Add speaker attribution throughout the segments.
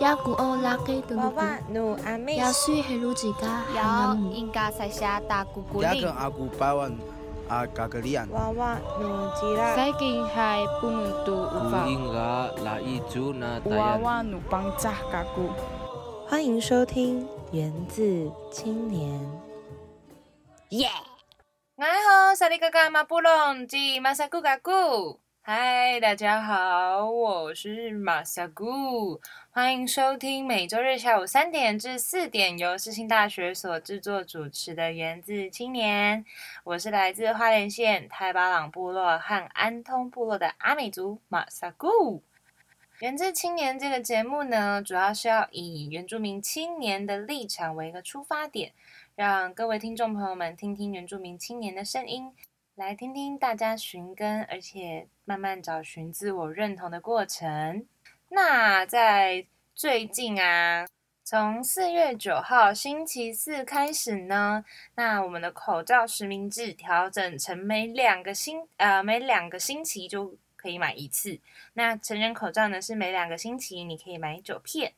Speaker 1: 拉古奥拉给的
Speaker 2: 娃
Speaker 1: 努布，
Speaker 2: 娃努阿妹，
Speaker 1: 亚苏黑鲁吉嘎海南
Speaker 3: 摇
Speaker 1: 姆，
Speaker 3: 应该塞下大姑姑
Speaker 4: Jaga
Speaker 3: 令，
Speaker 4: aku bawan agak-galian.
Speaker 2: 娃娃努吉拉，
Speaker 5: Saya kihai pununtu uva
Speaker 6: Kuingga la iju na tayan.
Speaker 5: wawa nu pangcah kaku.
Speaker 2: 欢迎收听《源自青年》。
Speaker 3: 耶！
Speaker 7: 哎吼，萨利嘎嘎马布隆吉马萨古嘎古，嗨，大家好，我是马萨古，欢迎收听每周日下午三点至四点由世新大学所制作主持的《源自青年》，我是来自花莲县太巴朗部落和安通部落的阿美族马萨古。源自青年这个节目呢，主要是要以原住民青年的立场为一个出发点，让各位听众朋友们听听原住民青年的声音，来听听大家寻根，而且慢慢找寻自我认同的过程。那在最近啊，从四月九号星期四开始呢，那我们的口罩实名制调整成每两个星呃每两个星期就可以买一次。那成人口罩呢是每两个星期你可以买九片，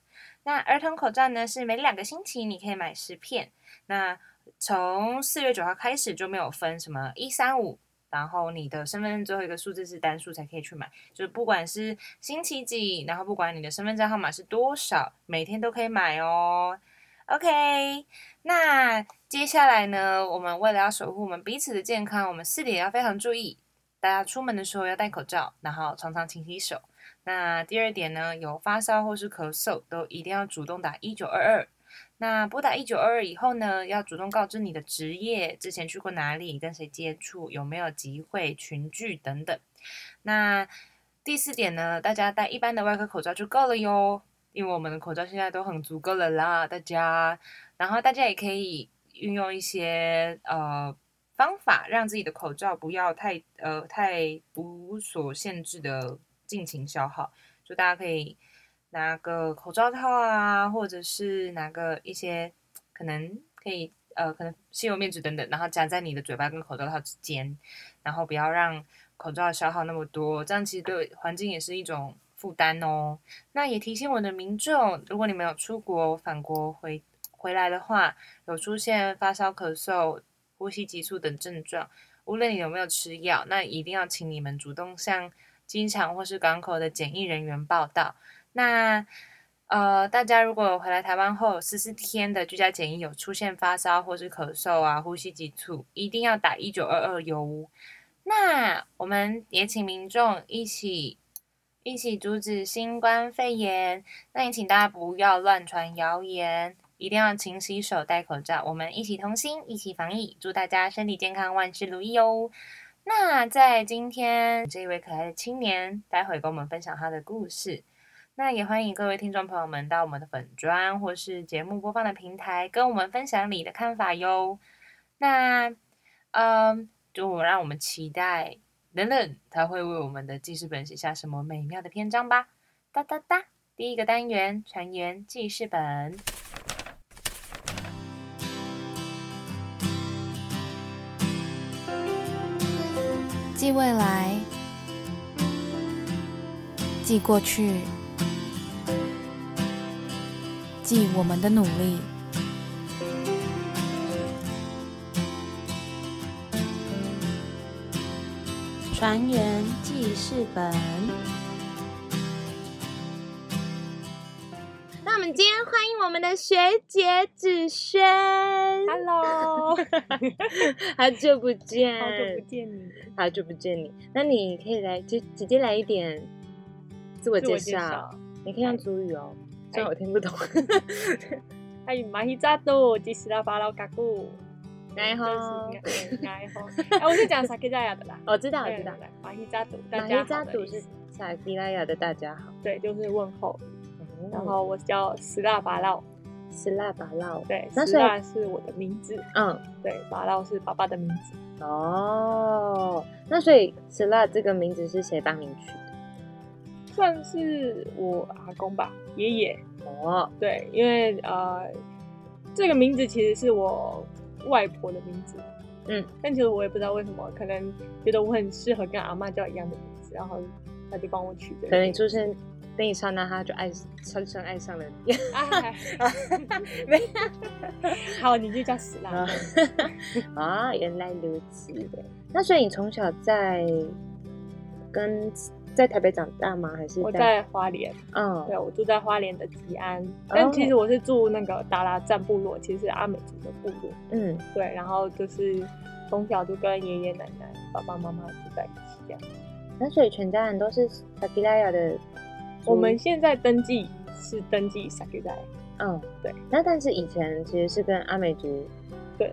Speaker 7: 那儿童口罩呢是每两个星期你可以买十片。那从四月九号开始就没有分什么一三五，然后你的身份证最后一个数字是单数才可以去买，就是不管是星期几，然后不管你的身份证号码是多少，每天都可以买哦。OK，那接下来呢，我们为了要守护我们彼此的健康，我们四点要非常注意。大家出门的时候要戴口罩，然后常常勤洗手。那第二点呢，有发烧或是咳嗽，都一定要主动打一九二二，那拨打一九二二以后呢，要主动告知你的职业，之前去过哪里，跟谁接触，有没有集会、群聚等等。那第四点呢，大家戴一般的外科口罩就够了哟，因为我们的口罩现在都很足够了啦，大家。然后大家也可以运用一些呃方法，让自己的口罩不要太呃太无所限制的尽情消耗，就大家可以拿个口罩套啊，或者是拿个一些可能可以呃可能吸油面纸等等，然后夹在你的嘴巴跟口罩套之间，然后不要让口罩消耗那么多，这样其实对环境也是一种负担哦。那也提醒我的民众，如果你们有出国返国回回来的话，有出现发烧、咳嗽、呼吸急促等症状，无论你有没有吃药，那一定要请你们主动向机场或是港口的检疫人员报到。那呃，大家如果回来台湾后十四天的居家检疫有出现发烧或是咳嗽啊、呼吸急促，一定要打一九二二哟。那我们也请民众一起一起阻止新冠肺炎。那也请大家不要乱传谣言，一定要勤洗手、戴口罩。我们一起同心，一起防疫，祝大家身体健康，万事如意哦。那在今天，这位可爱的青年，待会跟我们分享他的故事。那也欢迎各位听众朋友们到我们的粉砖或是节目播放的平台，跟我们分享你的看法哟。那，嗯，就让我们期待冷冷他会为我们的记事本写下什么美妙的篇章吧！哒哒哒。第一个单元传言记事本。
Speaker 8: 寄未来，寄过去，寄我们的努力。
Speaker 2: 船员记事本，
Speaker 7: 那我们今天欢迎我们的学姐子轩
Speaker 2: Hello，
Speaker 7: 好久不见，
Speaker 2: 好久不，见你，
Speaker 7: 好久不见你。那你可以来，就直接来一点自我
Speaker 9: 自
Speaker 7: 介
Speaker 9: 我介
Speaker 7: 绍
Speaker 9: 绍。。
Speaker 7: 你可以用主语哦， 虽然我听不 懂。
Speaker 9: 哎，马希扎多吉斯拉巴老嘎古，
Speaker 7: 然后，。
Speaker 9: 就是应该，然后，哎，我是讲萨克加亚的啦
Speaker 7: 我知道，我
Speaker 9: 对
Speaker 7: 知道。，
Speaker 9: 马希扎多，大
Speaker 7: 马
Speaker 9: 家
Speaker 7: 伊
Speaker 9: 好
Speaker 7: 扎
Speaker 9: 的
Speaker 7: 祖
Speaker 9: 意
Speaker 7: 是
Speaker 9: 思
Speaker 7: 萨迪拉雅的大家好，
Speaker 9: 对，就是问候。然
Speaker 7: 然
Speaker 9: 后我叫斯拉巴老，
Speaker 7: 是辣巴辣，
Speaker 9: 对，
Speaker 7: 那
Speaker 9: 斯
Speaker 7: 所以
Speaker 9: 拉是我的名字，
Speaker 7: 嗯，
Speaker 9: 对，巴老是爸爸的名字。
Speaker 7: 哦，那所以是辣这个名字是谁帮你取的？
Speaker 9: 算是我阿公吧，爷爷。
Speaker 7: 哦，
Speaker 9: 对，因为呃，这个名字其实是我外婆的名字。
Speaker 7: 嗯，
Speaker 9: 但其实我也不知道为什么，可能觉得我很适合跟阿嬷叫一样的名字，然后她就帮我取这
Speaker 7: 可
Speaker 9: 个
Speaker 7: 能你
Speaker 9: 名字。
Speaker 7: 出生等一刹那他就爱深深爱上了你。
Speaker 9: 哎
Speaker 7: 没
Speaker 9: 好，你就叫死
Speaker 7: 啊
Speaker 9: 啦。
Speaker 7: 啊，原来如此的。那所以你从小在跟在台北长大吗？还是
Speaker 9: 我在花莲，
Speaker 7: 嗯
Speaker 9: 对我住在花莲的吉安，但其实
Speaker 7: 哦
Speaker 9: 我是住那个达拉赞部落，其实是阿美族的部落。
Speaker 7: 嗯
Speaker 9: 对，然后就是从小就跟爷爷奶奶、爸爸妈妈住在一起这样。
Speaker 7: 那所以全家人都是萨基拉雅的族，
Speaker 9: 我们现在登记是登记萨克代，
Speaker 7: 嗯
Speaker 9: 对。
Speaker 7: 那但是以前其实是跟阿美族
Speaker 9: 对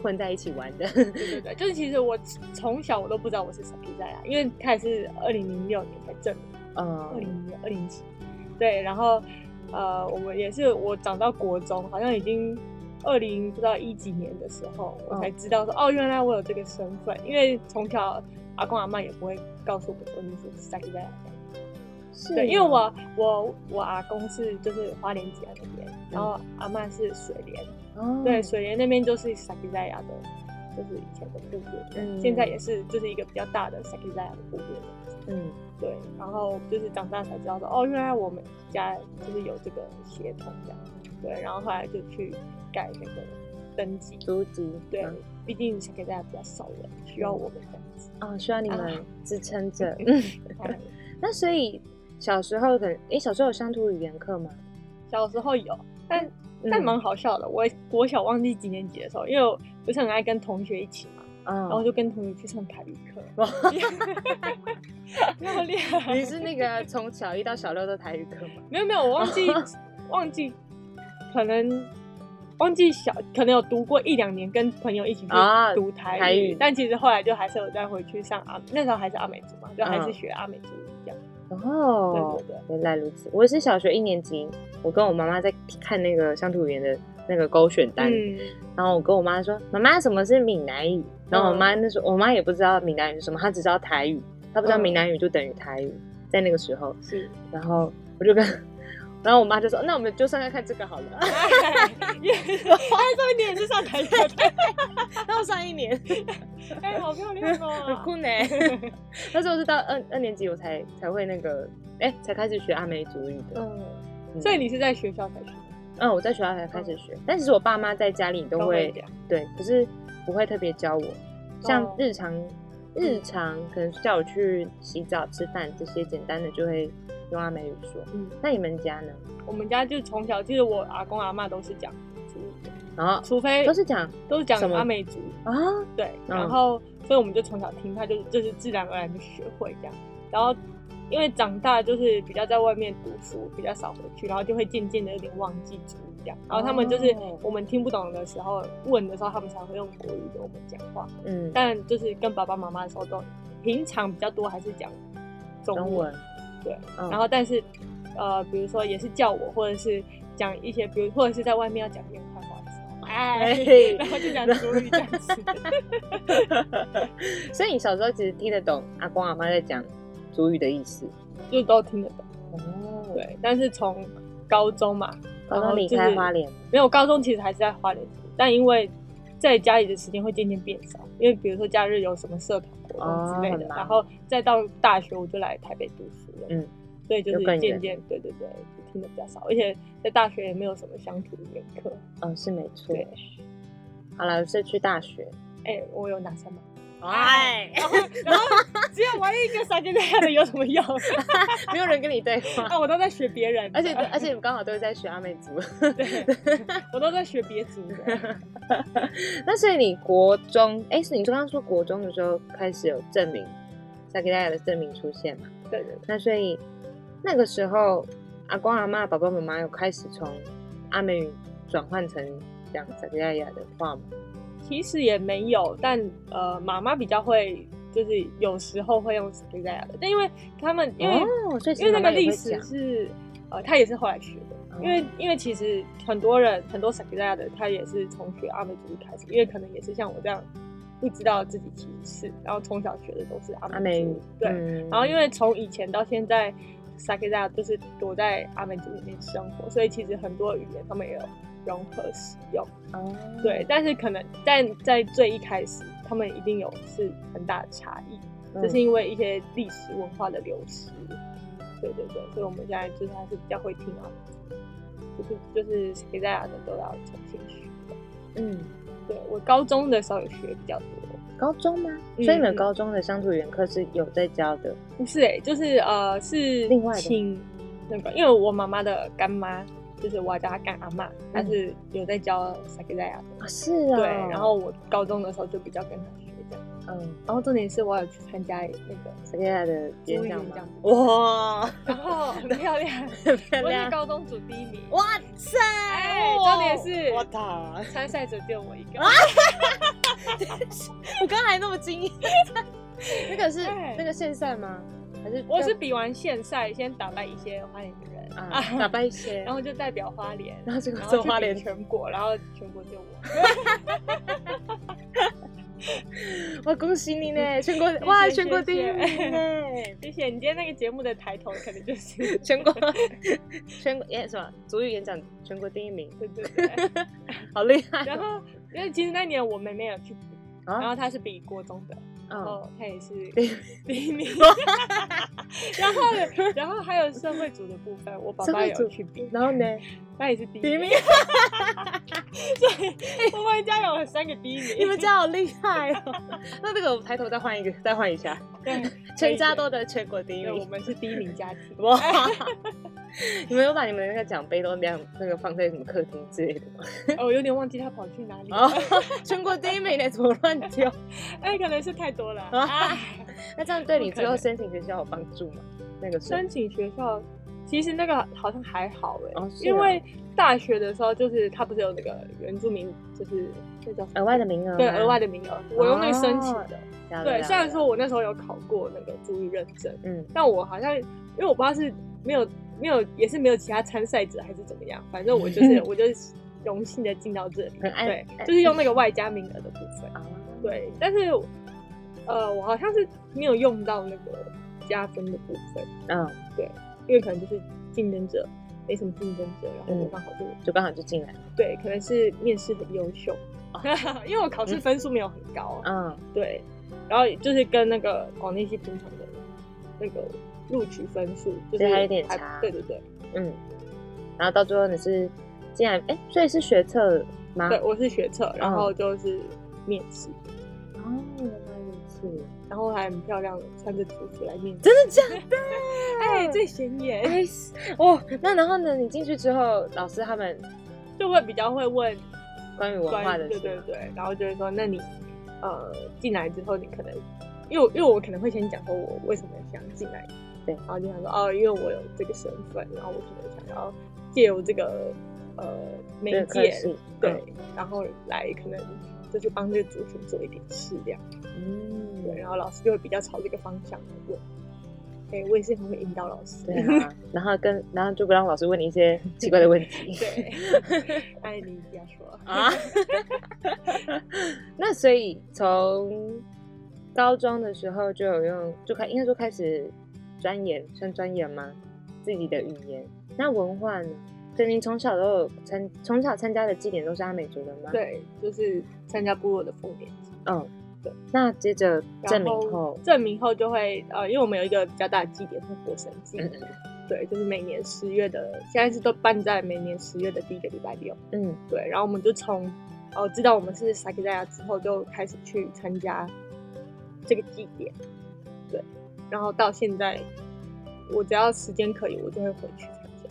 Speaker 7: 混在一起玩的，
Speaker 9: 对对对，就是其实我从小我都不知道我是萨克代啊，因为开始是二零零六年才证明， 二
Speaker 7: 嗯
Speaker 9: 零零二零七，对，然后呃，我们也是我长到国中，好像已经。二零不知道一几年的时候，我才知道说、哦，原来我有这个身份，因为从小阿公阿妈也不会告诉我说你是萨克代。
Speaker 7: 是哦
Speaker 9: 对，因为
Speaker 7: 吗
Speaker 9: 我我我阿公是就是花莲吉安那边，然后阿嬷是水莲，
Speaker 7: 哦
Speaker 9: 对，水莲那边就是萨克塞亚的，就是以前的部落，
Speaker 7: 嗯
Speaker 9: 现在也是就是一个比较大的萨克塞亚的部落，
Speaker 7: 嗯
Speaker 9: 对，然后就是长大才知道说，哦，原来我们家就是有这个血统这样，对，然后后来就去盖那个登记，
Speaker 7: 族籍
Speaker 9: 对
Speaker 7: 嗯，
Speaker 9: 毕竟萨克塞亚比较少人，需要我们这样子，
Speaker 7: 哦，需要你们
Speaker 9: 啊
Speaker 7: 支撑 着。
Speaker 9: 哎
Speaker 7: 那所以小时候可能，诶，小时候有乡土语言课吗？
Speaker 9: 小时候有，但
Speaker 7: 嗯
Speaker 9: 但蛮好笑的。我国小忘记几年级的时候，因为我不是很爱跟同学一起嘛，
Speaker 7: 嗯，
Speaker 9: 然 后就跟同学去上台语课， 好厉害！
Speaker 7: 哦你是那个从小一到小六都台语课 吗？
Speaker 9: 没有没有，我忘 记忘记，可能忘记小，可能有读过一两年，跟朋友一起去
Speaker 7: 啊
Speaker 9: 读台语，
Speaker 7: 台语
Speaker 9: 但其实后来就还是有再回去上阿，那时候还是阿美族嘛，就还是学阿美族语这样。
Speaker 7: 嗯哦，
Speaker 9: 对对对
Speaker 7: 原来如此。我是小学一年级，我跟我妈妈在看那个乡土语言的那个勾选单，
Speaker 9: 嗯，
Speaker 7: 然后我跟我妈说：“妈妈，什么是闽南语？”然后我妈那时候，我妈也不知道闽南语是什么，她只知道台语，她不知道
Speaker 9: 嗯
Speaker 7: 闽南语就等于台语，在那个时候，
Speaker 9: 是。
Speaker 7: 然后我就跟， 然后我妈就说：“那我们就上来看这个好了。”
Speaker 9: 也哎，上一年也是上台语课，
Speaker 7: 到上一年，
Speaker 9: 哎，好漂亮
Speaker 7: 很
Speaker 9: 哦！
Speaker 7: 酷 呢。那时候是到二二年级我才才会那个，哎、才开始学阿美族语的。
Speaker 9: 嗯，
Speaker 7: 嗯
Speaker 9: 所以你是在学校才学，
Speaker 7: 嗯，我在学校才开始学，但其实我爸妈在家里都
Speaker 9: 都
Speaker 7: 会
Speaker 9: 会讲
Speaker 7: 对，可是不会特别教我，像
Speaker 9: 哦
Speaker 7: 日常、日常可能叫我去洗澡、吃饭这些简单的就会用阿美语说。
Speaker 9: 嗯
Speaker 7: 那你们家呢？
Speaker 9: 我们家就从小，其实我阿公阿嬷都是讲族语的，
Speaker 7: 然后
Speaker 9: 除非
Speaker 7: 都是讲
Speaker 9: 都是讲
Speaker 7: 什么
Speaker 9: 阿美族语，
Speaker 7: 啊，
Speaker 9: 对，
Speaker 7: 嗯
Speaker 9: 然后、所以我们就从小听，他就就是自然而然就学会这样，然后。因为长大就是比较在外面读书，比较少回去，然后就会渐渐的有点忘记族语这样。然后他们就是
Speaker 7: 哦
Speaker 9: 我们听不懂的时候问的时候，他们才会用国语跟我们讲话。
Speaker 7: 嗯，
Speaker 9: 但就是跟爸爸妈妈的时候都平常比较多还是讲中文，
Speaker 7: 中文，
Speaker 9: 对，
Speaker 7: 嗯
Speaker 9: 然后但是呃，比如说也是叫我，或者是讲一些，比如或者是在外面要讲烟花话的时候，哎，
Speaker 7: 哎
Speaker 9: 然后就讲主语这样子，
Speaker 7: 所以你小时候其实听得懂阿公阿妈在讲族语的意思。
Speaker 9: 就都听得懂。
Speaker 7: 哦，
Speaker 9: 对，但是从高中嘛，
Speaker 7: 高
Speaker 9: 然
Speaker 7: 中
Speaker 9: 后
Speaker 7: 离
Speaker 9: 就是
Speaker 7: 开花莲，
Speaker 9: 没有高中其实还是在花莲，但因为在家里的时间会渐渐变少，因为比如说假日有什么社团活动之类的，
Speaker 7: 哦很忙
Speaker 9: 然后再到大学我就来台北读书了，
Speaker 7: 嗯，
Speaker 9: 所以就
Speaker 7: 就更
Speaker 9: 是
Speaker 7: 远
Speaker 9: 渐渐对对对，就听的比较少，而且在大学也没有什么乡土语言课，
Speaker 7: 嗯，是没错
Speaker 9: 对。
Speaker 7: 好了，是去大学。
Speaker 9: 哎、我有拿三吗？
Speaker 7: 哎，
Speaker 9: 然后然后只有玩一个三跟大的有什么用？
Speaker 7: 没有人跟你对话，
Speaker 9: 啊，我都在学别人的，
Speaker 7: 而且而且刚好都是在学阿美族。
Speaker 9: 对，我都在学别族的，
Speaker 7: 那所以你国中，哎，是你刚刚说国中的时候开始有证明，萨给大家的证明出现嘛？
Speaker 9: 对对
Speaker 7: 那所以那个时候，阿公阿妈、爸爸妈妈有开始从阿美语转换成讲萨给大家的话吗？
Speaker 9: 其实也没有，但呃，妈妈比较会，就是有时候会用 s k i z a 的，但因为他们因为、
Speaker 7: 哦，所以其实
Speaker 9: 因为
Speaker 7: 妈
Speaker 9: 那
Speaker 7: 妈也
Speaker 9: 个历
Speaker 7: 会
Speaker 9: 史
Speaker 7: 讲。哦
Speaker 9: 是呃，他也是后来学的，因为因为其实很多人很多 s k i z a 的，他也是从学阿美族语开始，因为可能也是像我这样不知道自己其实是，然后从小学的都是
Speaker 7: 阿
Speaker 9: 阿
Speaker 7: 美
Speaker 9: 美
Speaker 7: 语
Speaker 9: 族，，对，
Speaker 7: 嗯
Speaker 9: 然后因为从以前到现在 s a k i z a 就是躲在阿美族里面生活，所以其实很多语言他们也有融合使用。
Speaker 7: 哦
Speaker 9: 对，但是可能在在最一开始，他们一定有是很大的差异，
Speaker 7: 嗯
Speaker 9: 这是因为一些历史文化的流失。对对对，所以我们现在就是还是比较会听啊，就是就是谁在哪的都要重新学。
Speaker 7: 嗯，
Speaker 9: 对我高中的时候有学比较多，
Speaker 7: 高中吗？
Speaker 9: 嗯
Speaker 7: 所以你们
Speaker 9: 嗯
Speaker 7: 高中的乡土语言课是有在教的，
Speaker 9: 不是哎、就是呃是
Speaker 7: 另外的
Speaker 9: 请那个，因为我妈妈的干妈就是我要叫她干阿妈，她是有在教萨克赛亚的，
Speaker 7: 啊是啊。
Speaker 9: 对，然后我高中的时候就比较跟她学这样，
Speaker 7: 嗯，
Speaker 9: 然后重点是我有去参加那个
Speaker 7: 萨克亚的演
Speaker 9: 演
Speaker 7: 讲
Speaker 9: 讲
Speaker 7: 吗？
Speaker 9: 哇，然 后很漂亮，
Speaker 7: 哦漂
Speaker 9: 我
Speaker 7: 亮
Speaker 9: 是高中组第一名，
Speaker 7: 哇塞！
Speaker 9: 哎重点是
Speaker 7: 我操！
Speaker 9: 参赛者只有我一
Speaker 7: 啊
Speaker 9: 个，
Speaker 7: 我刚才那么惊讶，那个是
Speaker 9: 哎
Speaker 7: 那个线赛吗？还是
Speaker 9: 我是比完县赛先打败一些花莲的人
Speaker 7: 啊，打败一些，
Speaker 9: 然后就代表花莲，
Speaker 7: 然后结果
Speaker 9: 然
Speaker 7: 只
Speaker 9: 后
Speaker 7: 有
Speaker 9: 去
Speaker 7: 花
Speaker 9: 比
Speaker 7: 莲
Speaker 9: 全国，然后全国只有我，
Speaker 7: 哇，恭喜你呢！全国哇，
Speaker 9: 谢谢
Speaker 7: 全国第一名呢！
Speaker 9: 谢谢你今天那个节目的抬头可能就是
Speaker 7: 全国全国演什么？足语演讲全国第一名，
Speaker 9: 对对对，
Speaker 7: 好厉害！
Speaker 9: 然后因为其实那年我妹妹有去比，
Speaker 7: 啊
Speaker 9: 然后她是比国中的，然
Speaker 7: 嗯，
Speaker 9: 后她也 是
Speaker 7: 第一
Speaker 9: 第一名，然后然后还有社会组的部分，我爸
Speaker 7: 社
Speaker 9: 爸
Speaker 7: 会组
Speaker 9: 有去比，
Speaker 7: 然后呢？
Speaker 9: 他也是第一
Speaker 7: 第一
Speaker 9: 名
Speaker 7: 名，
Speaker 9: 所以我们家有三个第一名，
Speaker 7: 你们家好厉害哦！那这个我抬头再换一个，再换一下，
Speaker 9: 对
Speaker 7: 全家都得全国第一
Speaker 9: 对，我
Speaker 7: 名。
Speaker 9: 们是第一名家庭，
Speaker 7: 哇！ 你们有把你们的那个奖杯都晾那个放在什么客厅之类的吗？
Speaker 9: 哦，我有点忘记他跑去哪里了
Speaker 7: 哦， 全国第一名呢，怎么乱丢？
Speaker 9: 哎，可能是太多了。
Speaker 7: 啊
Speaker 9: 啊、
Speaker 7: 那这样对你之后
Speaker 9: 不可
Speaker 7: 申
Speaker 9: 能
Speaker 7: 请学校有帮助吗？那个时候
Speaker 9: 申请学校，其实那个好像还好哎、
Speaker 7: 哦是啊
Speaker 9: 因为大学的时候就是他不是有那个原住民，就是那叫什么
Speaker 7: 额外的名额吗，哦
Speaker 9: 对额外的名额，我用那个申请的。
Speaker 7: 加了。
Speaker 9: 对，
Speaker 7: 加了
Speaker 9: 虽然说我那时候有考过那个注意认证，
Speaker 7: 嗯，
Speaker 9: 但我好像因为我不知道是没有没有也是没有其他参赛者还是怎么样，反正我就是 我就是荣幸的进到这里，
Speaker 7: 很嗯爱
Speaker 9: 对
Speaker 7: 爱，
Speaker 9: 就是用那个外加名额的部分。
Speaker 7: 啊
Speaker 9: 对，但是呃，我好像是没有用到那个加分的部分，
Speaker 7: 嗯，
Speaker 9: 因为可能就是竞争者没什么竞争者，然后
Speaker 7: 嗯
Speaker 9: 我刚好就、
Speaker 7: 就刚好就进来了。
Speaker 9: 对，可能是面试很优秀，
Speaker 7: 哦
Speaker 9: 因为我考试分数没有很高，啊
Speaker 7: 嗯
Speaker 9: 对，然后就是跟那个广电系平常的那个录取分数就是
Speaker 7: 所以还有点差
Speaker 9: 对对对，
Speaker 7: 嗯，然后到最后你是竟然哎，所以是学测吗？
Speaker 9: 对我是学测，然后就是面试，
Speaker 7: 哦，原来如此。
Speaker 9: 然后还很漂亮的穿着族服来面试，
Speaker 7: 真的假 的？
Speaker 9: 哎，最显眼。
Speaker 7: 哎哦，那然后呢？你进去之后，老师他们
Speaker 9: 就会比较会问
Speaker 7: 关于文化
Speaker 9: 关于
Speaker 7: 的
Speaker 9: 对
Speaker 7: 事，
Speaker 9: 对对，然后就会说，那你呃进来之后，你可能因为我因为我可能会先讲说我为什么想进来，
Speaker 7: 对
Speaker 9: 然后就想说哦，因为我有这个身份，然后我可能想要借由这个呃媒
Speaker 7: 这个科
Speaker 9: 介，
Speaker 7: 系，
Speaker 9: 对，然后来可能就是帮这个族群做一点事这样，
Speaker 7: 嗯，
Speaker 9: 对，然后老师就会比较朝这个方向来问。哎，我也是很会引导老师。
Speaker 7: 对啊。然后跟然后就不让老师问你一些奇怪的问 题
Speaker 9: 对， 哎，你不要说。
Speaker 7: 啊。 那所以从高中的时候就有用，就开应该说开始钻研，算钻研吗？自己的语言。那文化呢？所以您从小都有参，从小参加的祭典都是阿美族的吗？。
Speaker 9: 对，就是参加部落的丰年祭。
Speaker 7: 嗯，
Speaker 9: 对。
Speaker 7: 那接着证
Speaker 9: 然
Speaker 7: 明后，
Speaker 9: 证明后就会呃，因为我们有一个比较大的祭典是火神祭，
Speaker 7: 嗯
Speaker 9: 对，就是每年十月的，现在是都办在每年十月的第一个礼拜六，
Speaker 7: 嗯
Speaker 9: 对，然后我们就从哦、呃知道我们是萨克亚之后，就开始去参加这个祭典，对，然后到现在，我只要时间可以，我就会回去参加，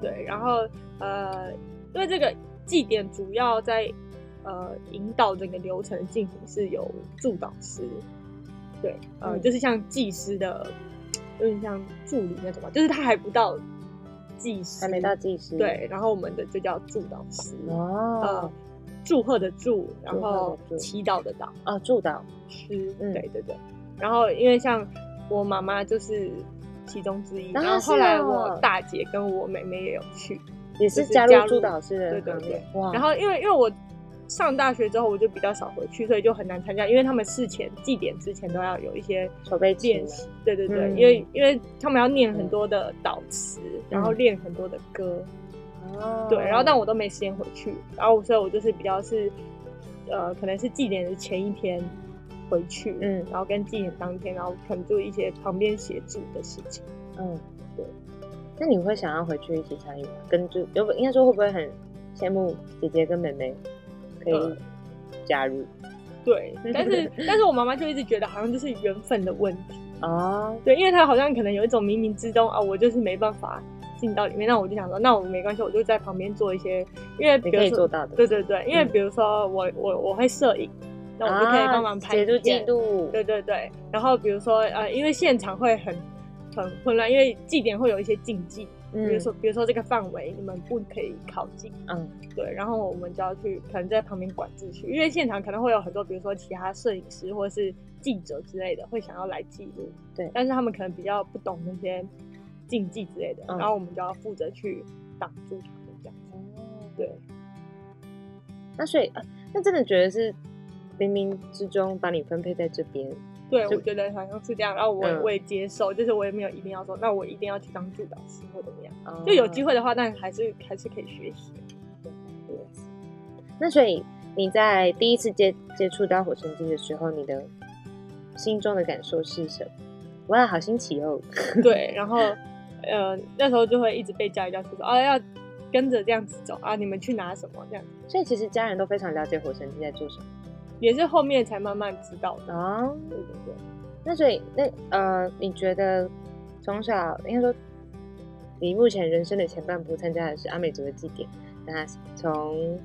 Speaker 9: 对，然后呃，因为这个祭典主要在呃引导整个流程的进行是由助导师，对，呃，
Speaker 7: 嗯
Speaker 9: 就是像技师的，有点像助理那种吧，就是他还不到技师，
Speaker 7: 还没到祭司。。
Speaker 9: 对，然后我们的就叫祝祷师，
Speaker 7: 嗯哦
Speaker 9: 呃，祝贺的祝，然
Speaker 7: 祝贺
Speaker 9: 后
Speaker 7: 的祝
Speaker 9: 祈祷的祷
Speaker 7: 哦，祝祷。
Speaker 9: 师，
Speaker 7: 嗯
Speaker 9: 对对对。然后因为像我妈妈就是其中之一，
Speaker 7: 啊
Speaker 9: 然后后来
Speaker 7: 是哦
Speaker 9: 我大姐跟我妹妹也有去，
Speaker 7: 也是
Speaker 9: 就是
Speaker 7: 加
Speaker 9: 加
Speaker 7: 入
Speaker 9: 入
Speaker 7: 祝祷师的
Speaker 9: 对对
Speaker 7: 行列
Speaker 9: 对
Speaker 7: 哇！
Speaker 9: 然后因为因为我上大学之后我就比较少回去，所以就很难参加，因为他们事前祭典之前都要有一些
Speaker 7: 筹备期
Speaker 9: 练
Speaker 7: 嘛
Speaker 9: 习，对对对，
Speaker 7: 嗯
Speaker 9: 因为因为他们要念很多的祷词，然后
Speaker 7: 嗯
Speaker 9: 练很多的歌，
Speaker 7: 哦
Speaker 9: 对，然后但我都没时间回去，然后所以我就是比较是，呃，可能是祭典的前一天回去，
Speaker 7: 嗯
Speaker 9: 然后跟祭典当天，然后可能做一些旁边协助的事情，
Speaker 7: 嗯，对。那你会想要回去一起参与吗？跟就有应该说会不会很羡慕姐姐跟妹妹可以
Speaker 9: 嗯
Speaker 7: 加入？
Speaker 9: 对，
Speaker 7: 嗯
Speaker 9: 但 是但是我妈妈就一直觉得好像就是缘分的问题，
Speaker 7: 哦，
Speaker 9: 对，因为她好像可能有一种冥冥之中啊，我就是没办法进到里面，那我就想说，那我没关系，我就在旁边做一些，因为比
Speaker 7: 你
Speaker 9: 如
Speaker 7: 可以
Speaker 9: 说
Speaker 7: 做到的。
Speaker 9: 对对对，因为
Speaker 7: 嗯
Speaker 9: 比如说我我我会摄影，那我就可以帮忙
Speaker 7: 啊
Speaker 9: 拍
Speaker 7: 协助
Speaker 9: 影
Speaker 7: 记
Speaker 9: 片。
Speaker 7: 录。
Speaker 9: 对对对，然后比如说呃，因为现场会很很混乱，因为祭典会有一些禁忌，
Speaker 7: 嗯
Speaker 9: 比如说比如说这个范围你们不可以靠近，
Speaker 7: 嗯，
Speaker 9: 对，然后我们就要去可能在旁边管秩序，因为现场可能会有很多比如说其他摄影师或是记者之类的会想要来记录，
Speaker 7: 对
Speaker 9: 但是他们可能比较不懂那些禁忌之类的，
Speaker 7: 嗯
Speaker 9: 然后我们就要负责去挡住他们这样子，
Speaker 7: 哦
Speaker 9: 对。
Speaker 7: 那所以，啊那真的觉得是冥冥之中把你分配在这边。
Speaker 9: 对，
Speaker 7: 就
Speaker 9: 我觉得好像是这样，然后我、
Speaker 7: 嗯
Speaker 9: 我也接受，就是我也没有一定要说，那我一定要去当助导师或怎么样，就有机
Speaker 7: 会。
Speaker 9: 会的话，但还是还是可以学 习。
Speaker 7: 那所以你在第一次接接触到火神机的时候，你的心中的感受是什么？哇，好新奇哦！
Speaker 9: 对，然后呃那时候就会一直被家里要求说啊要跟着这样子走啊，你们去拿什么这样，
Speaker 7: 所以其实家人都非常了解火神机在做什么
Speaker 9: 也是后面才慢慢知道的。
Speaker 7: 啊、哦
Speaker 9: 对对对，
Speaker 7: 那所以那呃，你觉得从小应该说，你目前人生的前半部参加的是阿美族的祭典，那从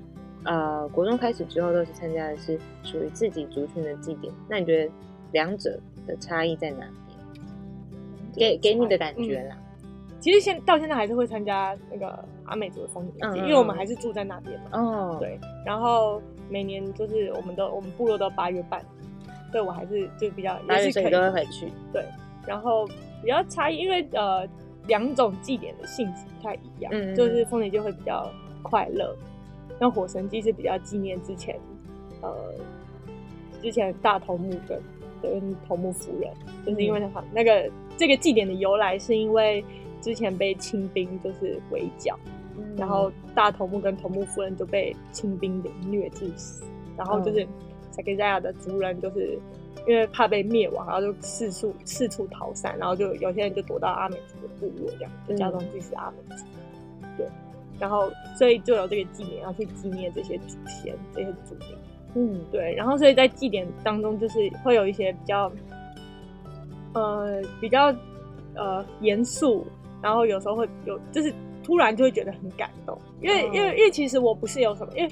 Speaker 7: 呃国中开始之后都是参加的是属于自己族群的祭典，那你觉得两者的差异在哪边？给给你的感觉
Speaker 9: 嗯
Speaker 7: 啦，
Speaker 9: 其实现到现在还是会参加那个阿美族的风
Speaker 7: 嗯
Speaker 9: 景，
Speaker 7: 嗯
Speaker 9: 因为我们还是住在那边嘛。
Speaker 7: 哦，
Speaker 9: 对，然后每年就是我们的我们部落都八月半，对我还是就比较
Speaker 7: 八
Speaker 9: 也
Speaker 7: 月
Speaker 9: 是
Speaker 7: 所
Speaker 9: 可
Speaker 7: 以
Speaker 9: 以
Speaker 7: 都会回去，
Speaker 9: 然后比较差异，因为呃两种祭典的性质不太一样，
Speaker 7: 嗯嗯嗯
Speaker 9: 就是丰年祭会比较快乐，那火神祭是比较纪念之前呃之前大头目跟跟头目夫人，就是因
Speaker 7: 嗯
Speaker 9: 为他、那个这个祭典的由来是因为之前被清兵就是围剿，
Speaker 7: 嗯
Speaker 9: 然后大头目跟头目夫人就被清兵凌虐致死，然后就是塞克加亚的族人就是因为怕被灭亡，然后就四处四处逃散，然后就有些人就躲到阿美族的部落，这样就假装自己是阿美族，对，然后所以就有这个纪念，要去纪念这些祖先这些族民，
Speaker 7: 嗯
Speaker 9: 对，然后所以在祭典当中就是会有一些比较呃比较呃严肃，然后有时候会有就是突然就会觉得很感动，因为、因为因为其实我不是有什么，因为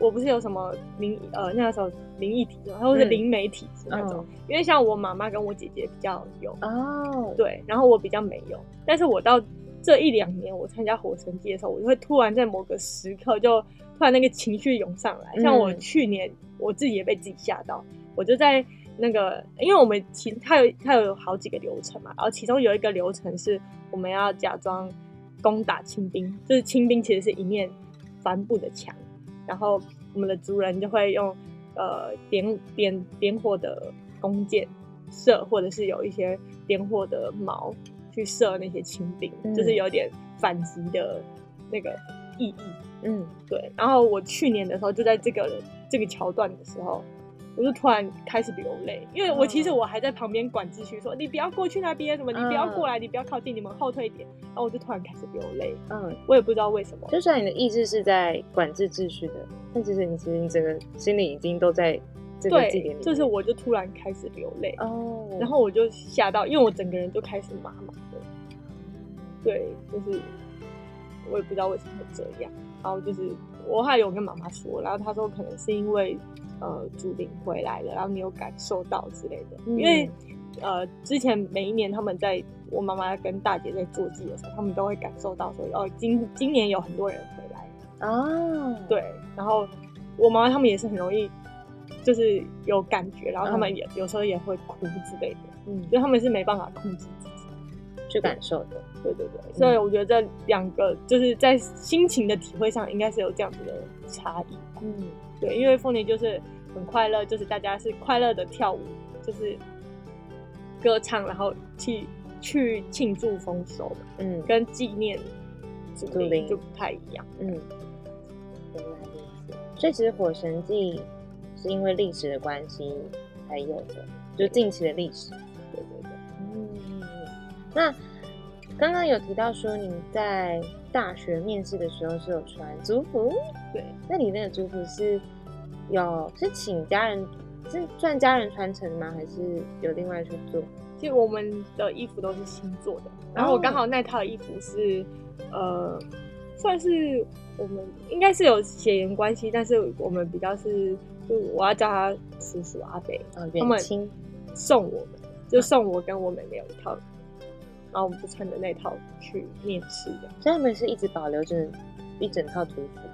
Speaker 9: 我不是有什么灵呃那个时候灵异体质，或者是
Speaker 7: 嗯
Speaker 9: 灵媒体质那种，因为像我妈妈跟我姐姐比较有，
Speaker 7: 哦，
Speaker 9: 对，然后我比较没有，但是我到这一两年我参加火神祭的时候，我就会突然在某个时刻就突然那个情绪涌上来，像我
Speaker 7: 嗯
Speaker 9: 去年我自己也被自己吓到，我就在那个，因为我们其它有它有好几个流程嘛，然后其中有一个流程是我们要假装攻打清兵，就是清兵其实是一面帆布的墙，然后我们的族人就会用呃点点点火的弓箭射，或者是有一些点火的矛去射那些清兵，
Speaker 7: 嗯
Speaker 9: 就是有点反击的那个意义。
Speaker 7: 嗯
Speaker 9: 对，然后我去年的时候就在这个这个桥段的时候，我就突然开始流泪，因为我其
Speaker 7: 嗯
Speaker 9: 实我还在旁边管秩序说，你不要过去那边，什么你不要过来，你不要靠近，你们后退一点。然后我就突然开始流泪，
Speaker 7: 嗯，
Speaker 9: 我也不知道为什么。
Speaker 7: 就算你的意志是在管制秩序的，但其实你其实你整个心里已经都在这个祭典里
Speaker 9: 对
Speaker 7: 面，，
Speaker 9: 就是我就突然开始流泪，
Speaker 7: 哦，
Speaker 9: 然后我就吓到，因为我整个人就开始麻麻的。对，就是我也不知道为什么会这样。然后就是我还有跟妈妈说，然后她说可能是因为呃祖灵回来了，然后你有感受到之类的。
Speaker 7: 嗯
Speaker 9: 因为呃之前每一年他们在我妈妈跟大姐在做祭的时候，他们都会感受到说哦今今年有很多人回来，
Speaker 7: 哦，
Speaker 9: 对，然后我妈妈他们也是很容易，就是有感觉，然后他们也、有时候也会哭之类的，
Speaker 7: 嗯，
Speaker 9: 就他们是没办法控制自己。
Speaker 7: 去感受的，
Speaker 9: 对对
Speaker 7: 嗯
Speaker 9: 对，所以我觉得这两个就是在心情的体会上，应该是有这样子的差异。
Speaker 7: 嗯，
Speaker 9: 对，因为凤梨就是很快乐，就是大家是快乐的跳舞，就是歌唱，然后去去庆祝丰收嘛，
Speaker 7: 嗯
Speaker 9: 跟纪念祖
Speaker 7: 祖
Speaker 9: 灵
Speaker 7: 灵
Speaker 9: 就不太一样。
Speaker 7: 嗯，原来如此。所以其实《火神记》是因为历史的关系
Speaker 9: 嗯
Speaker 7: 才有的，就近期的历史。对对对。嗯，那刚刚有提到说你在大学面试的时候是有穿族服，
Speaker 9: 对，
Speaker 7: 那你那个族服是有是请家人是算家人传承吗？还是有另外去做？
Speaker 9: 其实我们的衣服都是新做的，然后我刚好那套衣服是，呃，算是我们应该是有血缘关系，但是我们比较是，就我要叫他叔叔阿伯
Speaker 7: 哦，
Speaker 9: 他
Speaker 7: 远
Speaker 9: 们
Speaker 7: 亲
Speaker 9: 送我们，就送我跟我妹妹有一套，然后我们就穿着那套去面试的，
Speaker 7: 所以他们是一直保留着一整套族服的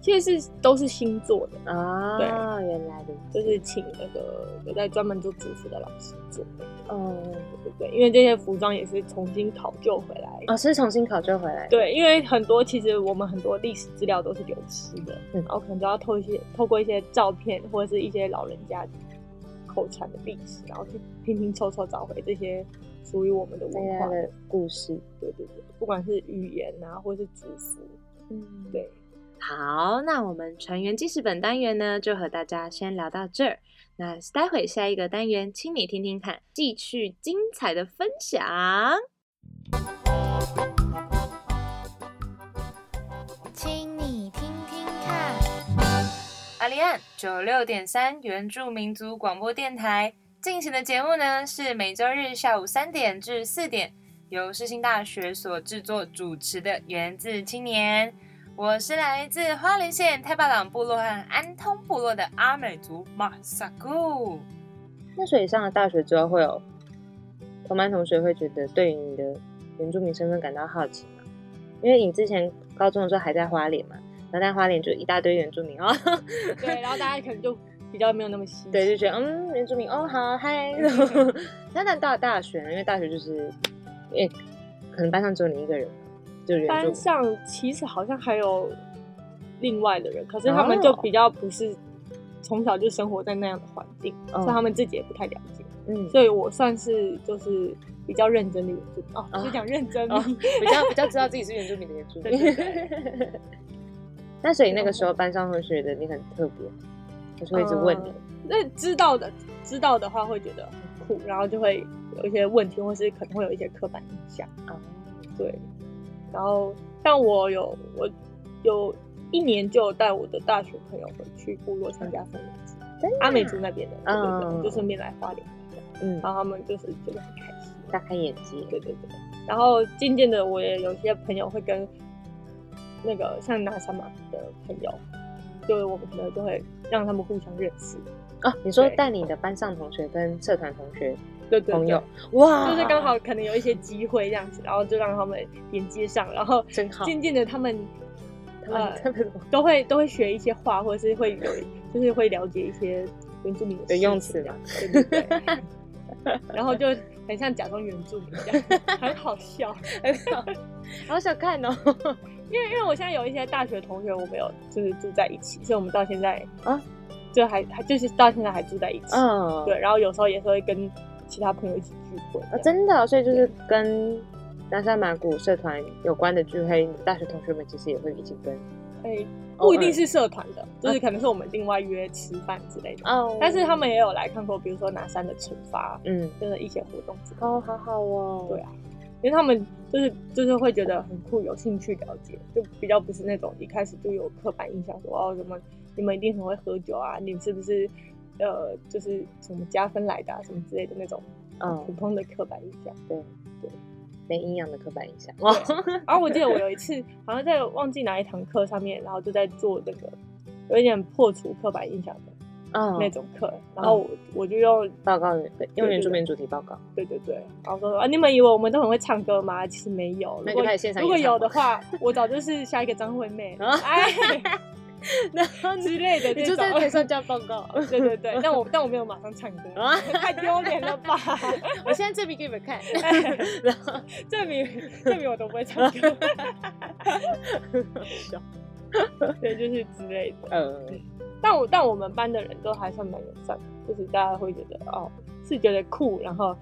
Speaker 9: 其实是都是新做的，
Speaker 7: 啊。
Speaker 9: 对
Speaker 7: 原来如此。
Speaker 9: 就是请那个有在专门做制服的老师做的，呃
Speaker 7: 哦
Speaker 9: 对不对？因为这些服装也是重新考究回来
Speaker 7: 哦，是重新考究回来。，
Speaker 9: 对，因为很多其实我们很多历史资料都是流失的，
Speaker 7: 嗯
Speaker 9: 然后可能都要透一些透过一些照片或者是一些老人家口传的历史，然后去拼拼凑凑找回这些属于我们的
Speaker 7: 大
Speaker 9: 文
Speaker 7: 家
Speaker 9: 化。
Speaker 7: 的故事。
Speaker 9: 对对对，不管是语言啊，或是族服，
Speaker 7: 嗯
Speaker 9: 对。
Speaker 7: 好，那我们船员记事本单元呢，就和大家先聊到这儿。那待会下一个单元，请你听听看，继续精彩的分享。
Speaker 10: 请你听听看。
Speaker 8: 阿里安九六点三原住民族广播电台进行的节目呢，是每周日下午三点至四点，由世新大学所制作主持的《源自青年》。我是来自花莲县太巴朗部落和安通部落的阿美族马萨古。
Speaker 7: 那所以上了大学之后，会有同班同学会觉得对于你的原住民身份感到好奇吗？因为你之前高中的时候还在花莲嘛，然后在花莲就一大堆原住民哦，
Speaker 9: 对，然后大家可能就比较没有那么稀奇。
Speaker 7: 对，就觉得嗯，原住民哦，好嗨。 那但到了大学呢？因为大学就是，因为可能班上只有你一个人嘛，就原住
Speaker 9: 班
Speaker 7: 民。
Speaker 9: 上其实好像还有另外的人，可是
Speaker 7: 哦
Speaker 9: 他们就比较不是从小就生活在那样的环境，
Speaker 7: 哦
Speaker 9: 所以他们自己也不太了解。
Speaker 7: 嗯，
Speaker 9: 所以我算是就是比较认真的原住民哦，
Speaker 7: 啊
Speaker 9: 我就讲认真
Speaker 7: 哦
Speaker 9: 民，
Speaker 7: 比较比较知道自己是原住民的原住
Speaker 9: 对
Speaker 7: 民。 那所以那个时候班上会觉得你很特别，我就会一直问你。
Speaker 9: 嗯那、知道的知道的话会觉得很酷，然后就会有一些问题，或是可能会有一些刻板印象。
Speaker 7: 哦
Speaker 9: 对，然后像我有我有一年就有带我的大学朋友回去部落参加丰年祭，
Speaker 7: 嗯真的啊
Speaker 9: 阿美族那边的，对对对，
Speaker 7: 嗯
Speaker 9: 就顺便来花莲玩这样，
Speaker 7: 嗯，
Speaker 9: 然后他们就是觉得很开心。
Speaker 7: 大开眼界。
Speaker 9: 对对对。然后渐渐的，我也有些朋友会跟那个像拿萨玛的朋友，就是我们可能就会让他们互相认识。
Speaker 7: 哦，你说
Speaker 9: 对
Speaker 7: 带你的班上同学跟社团同学
Speaker 9: 对对对
Speaker 7: 朋友，哇，
Speaker 9: 就是刚好可能有一些机会这样子，然后就让他们连接上，然后
Speaker 7: 真好
Speaker 9: 渐渐的，他们
Speaker 7: 他们
Speaker 9: 呃
Speaker 7: 他们
Speaker 9: 都会都会学一些话，或者是会有，就是会了解一些原住民的
Speaker 7: 的用
Speaker 9: 事情
Speaker 7: 词嘛
Speaker 9: 这样，对对对。然后就很像假装原住民 这样，很好笑。
Speaker 7: 好想看 哦。
Speaker 9: 因为因为我现在有一些大学同学，我们有就是住在一起，所以我们到现在
Speaker 7: 啊，
Speaker 9: 就还还就是到现在还住在一起。
Speaker 7: 嗯，
Speaker 9: 对，然后有时候也是会跟其他朋友一起聚会这
Speaker 7: 啊，
Speaker 9: 样。
Speaker 7: 真的哦、所以就是跟南山马古社团有关的聚会，大学同学们其实也会一起跟
Speaker 9: 哎、
Speaker 7: 偶
Speaker 9: 不
Speaker 7: 尔啊
Speaker 9: 一定是社团的，就是可能是我们另外约吃饭之类的。
Speaker 7: 哦
Speaker 9: 但是他们也有来看过，比如说拿山的惩罚，
Speaker 7: 嗯，
Speaker 9: 就是一些活动之类的。
Speaker 7: 哦，好好哦，
Speaker 9: 对啊因为他们就是就是会觉得很酷，有兴趣了解，就比较不是那种一开始就有刻板印象说哦什么你们一定很会喝酒啊，你们是不是呃就是什么加分来的啊什么之类的那种呃
Speaker 7: 嗯
Speaker 9: 普通的刻板印象。
Speaker 7: 没营养的刻板印象，嗯
Speaker 9: 然后我记得我有一次好像在忘记哪一堂课上面，然后就在做那个有一点破除刻板印象的
Speaker 7: 嗯，
Speaker 9: 那种课，然后我我就用
Speaker 7: 报告原用原
Speaker 9: 对
Speaker 7: 住民主题报 告，
Speaker 9: 对对对，然后说啊，你们以为我们都很会唱歌吗？其实没有。
Speaker 7: 那
Speaker 9: 如
Speaker 7: 就
Speaker 9: 果
Speaker 7: 开始现场
Speaker 9: 如果
Speaker 7: 演唱
Speaker 9: 有的话，我早就是下一个张惠妹，
Speaker 7: 啊
Speaker 9: 哎
Speaker 7: 然后
Speaker 9: 之类的
Speaker 7: 你啊
Speaker 9: 这
Speaker 7: 就在台
Speaker 9: 种。
Speaker 7: 上交报 告。
Speaker 9: 对对对，但我但我没有马上唱歌
Speaker 7: 啊，
Speaker 9: 太丢脸了吧？
Speaker 7: 我现在证明给你们 看，然后
Speaker 9: 证明证明我都不会 唱歌。 对，就是之类的。
Speaker 7: 呃，
Speaker 9: 但我但我们班的人都还算蛮友善的，就是大家会觉得哦，是觉得酷，然后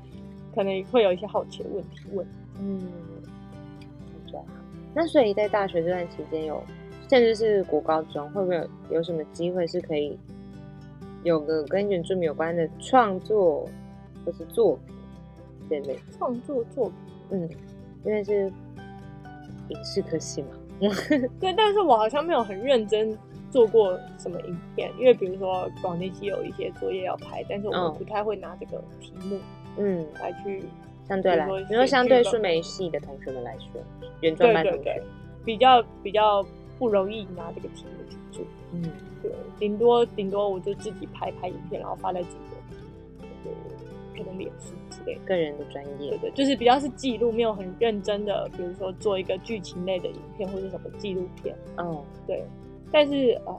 Speaker 9: 可能会有一些好奇的问题问。
Speaker 7: 嗯，感觉好。那所以在大学这段期间有，甚至是国高中，会不会有有什么机会是可以有个跟原住民有关的创作或是作品这类的？
Speaker 9: 创作作品，
Speaker 7: 嗯，因为是影视科系嘛。
Speaker 9: 对，但是我好像没有很认真做过什么影片，因为比如说广电系有一些作业要拍，但是我
Speaker 7: 嗯
Speaker 9: 不太会拿这个题目
Speaker 7: 嗯，
Speaker 9: 来去，
Speaker 7: 相对来，
Speaker 9: 比如说
Speaker 7: 你说相对
Speaker 9: 戏剧吧啊
Speaker 7: 数媒系的同学们来说，原装
Speaker 9: 对
Speaker 7: 班
Speaker 9: 对
Speaker 7: 同
Speaker 9: 对
Speaker 7: 学，，
Speaker 9: 比较比较不容易拿这个题目去做。
Speaker 7: 嗯，
Speaker 9: 对，顶多顶多我就自己拍拍影片，然后发在自己的就是可能脸书之类的。
Speaker 7: 嗯个人的专
Speaker 9: 对
Speaker 7: 业，
Speaker 9: 对，就是比较是记录，没有很认真的，比如说做一个剧情类的影片或者什么纪录片。
Speaker 7: 哦，
Speaker 9: 对，但是呃，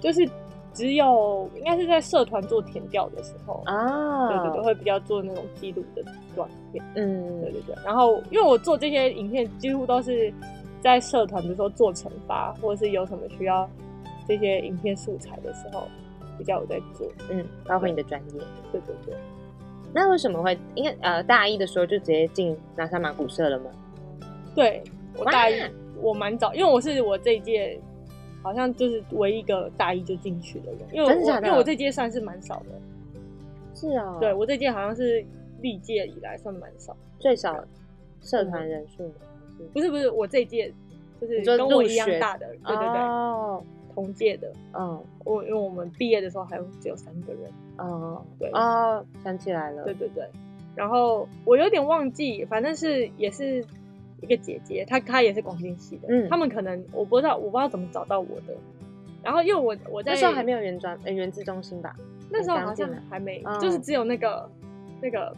Speaker 9: 就是只有应该是在社团做填调的时候，
Speaker 7: 啊，
Speaker 9: 对对对，会比较做那种记录的短片。对
Speaker 7: 嗯，
Speaker 9: 对对。然后因为我做这些影片，几乎都是在社团，比如说做惩罚，或者是有什么需要这些影片素材的时候，比较有在做。
Speaker 7: 嗯，包括你的专业。
Speaker 9: 对对对，
Speaker 7: 那为什么会应该呃大一的时候就直接进拿萨马古社了吗？
Speaker 9: 对我大一
Speaker 7: 哇
Speaker 9: 我蛮早，因为我是我这一届。好像就是唯一一个大一就进去的人，因为我
Speaker 7: 真的假的
Speaker 9: 因为我这届算是蛮少的，
Speaker 7: 是啊，
Speaker 9: 对我这届好像是历届以来算蛮少，
Speaker 7: 最少社
Speaker 9: 嗯
Speaker 7: 团人数吗？还是
Speaker 9: 不是不是，我这一届就
Speaker 7: 你
Speaker 9: 是
Speaker 7: 说
Speaker 9: 跟
Speaker 7: 入
Speaker 9: 我一样
Speaker 7: 学
Speaker 9: 大的，对对对，
Speaker 7: 哦，
Speaker 9: 同届的。
Speaker 7: 嗯
Speaker 9: 我因为我们毕业的时候还有只有三个人，
Speaker 7: 哦，
Speaker 9: 对
Speaker 7: 哦，想起来了，
Speaker 9: 对对对。然后我有点忘记，反正是也是一个姐姐，她她也是广电系的，
Speaker 7: 嗯
Speaker 9: 他们可能我不知道我不知道怎么找到我的。然后因为我我在
Speaker 7: 那时候还没有原专呃原自中心吧？
Speaker 9: 那时候好
Speaker 7: 刚进
Speaker 9: 像
Speaker 7: 来
Speaker 9: 还没，
Speaker 7: 嗯
Speaker 9: 就是只有那个那个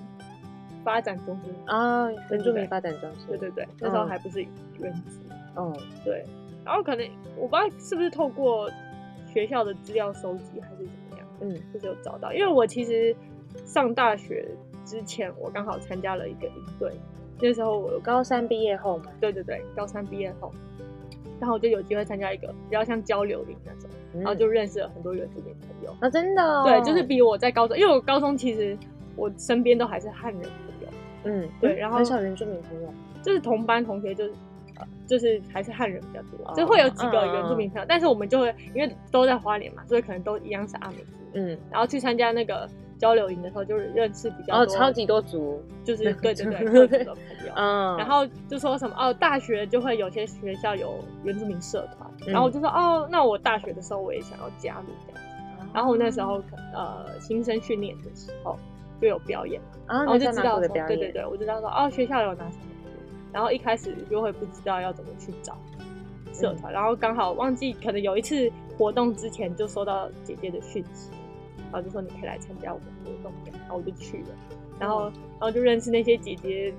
Speaker 9: 发展中心，
Speaker 7: 啊，原住
Speaker 9: 对
Speaker 7: 民发展中心，
Speaker 9: 对对对，那时候
Speaker 7: 嗯
Speaker 9: 还不是原职。
Speaker 7: 哦，
Speaker 9: 对，然后可能我不知道是不是透过学校的资料收集还是怎么样，
Speaker 7: 嗯
Speaker 9: 就是有找到。因为我其实上大学之前，我刚好参加了一个营队，那时候我有刚
Speaker 7: 高三毕业后嘛，
Speaker 9: 对对对高三毕业后，然后我就有机会参加一个比较像交流营那种，
Speaker 7: 然
Speaker 9: 然哦后就认识了很多原住民朋友。
Speaker 7: 啊真的嗯哦，
Speaker 9: 对，就是比我在高中，因为我高中其实我身边都还是汉人朋友，
Speaker 7: 嗯
Speaker 9: 对
Speaker 7: 嗯
Speaker 9: 然后
Speaker 7: 很少原住民朋友，
Speaker 9: 就是同班同学就是。呃就是还是汉人比较多，
Speaker 7: 哦
Speaker 9: 就会有几个
Speaker 7: 嗯嗯
Speaker 9: 原住民朋友，但是我们就会因为都在花莲嘛，所以可能都一样是阿美族，
Speaker 7: 嗯
Speaker 9: 然后去参加那个交流营的时候，就是认识比较多，
Speaker 7: 哦超级多族，
Speaker 9: 就是对对对各族的朋友。
Speaker 7: 嗯，
Speaker 9: 然后就说什么哦，大学就会有些学校有原住民社团，
Speaker 7: 嗯
Speaker 9: 然后我就说哦，那我大学的时候我也想要加入这样子。然后那时候呃新生训练的时候就有表演，
Speaker 7: 啊，
Speaker 9: 然
Speaker 7: 那
Speaker 9: 后哦就
Speaker 7: 萨
Speaker 9: 知
Speaker 7: 马
Speaker 9: 道
Speaker 7: 古的
Speaker 9: 说
Speaker 7: 表
Speaker 9: 对
Speaker 7: 演，
Speaker 9: 对对，我知道说哦学校有哪什么，然后一开始就会不知道要怎么去找社
Speaker 7: 嗯
Speaker 9: 团，然后刚好忘记可能有一次活动之前就收到姐姐的讯息，然后就说你可以来参加我们活动这样，然后我就去了，然
Speaker 7: 嗯
Speaker 9: 后然后就认识那些姐姐。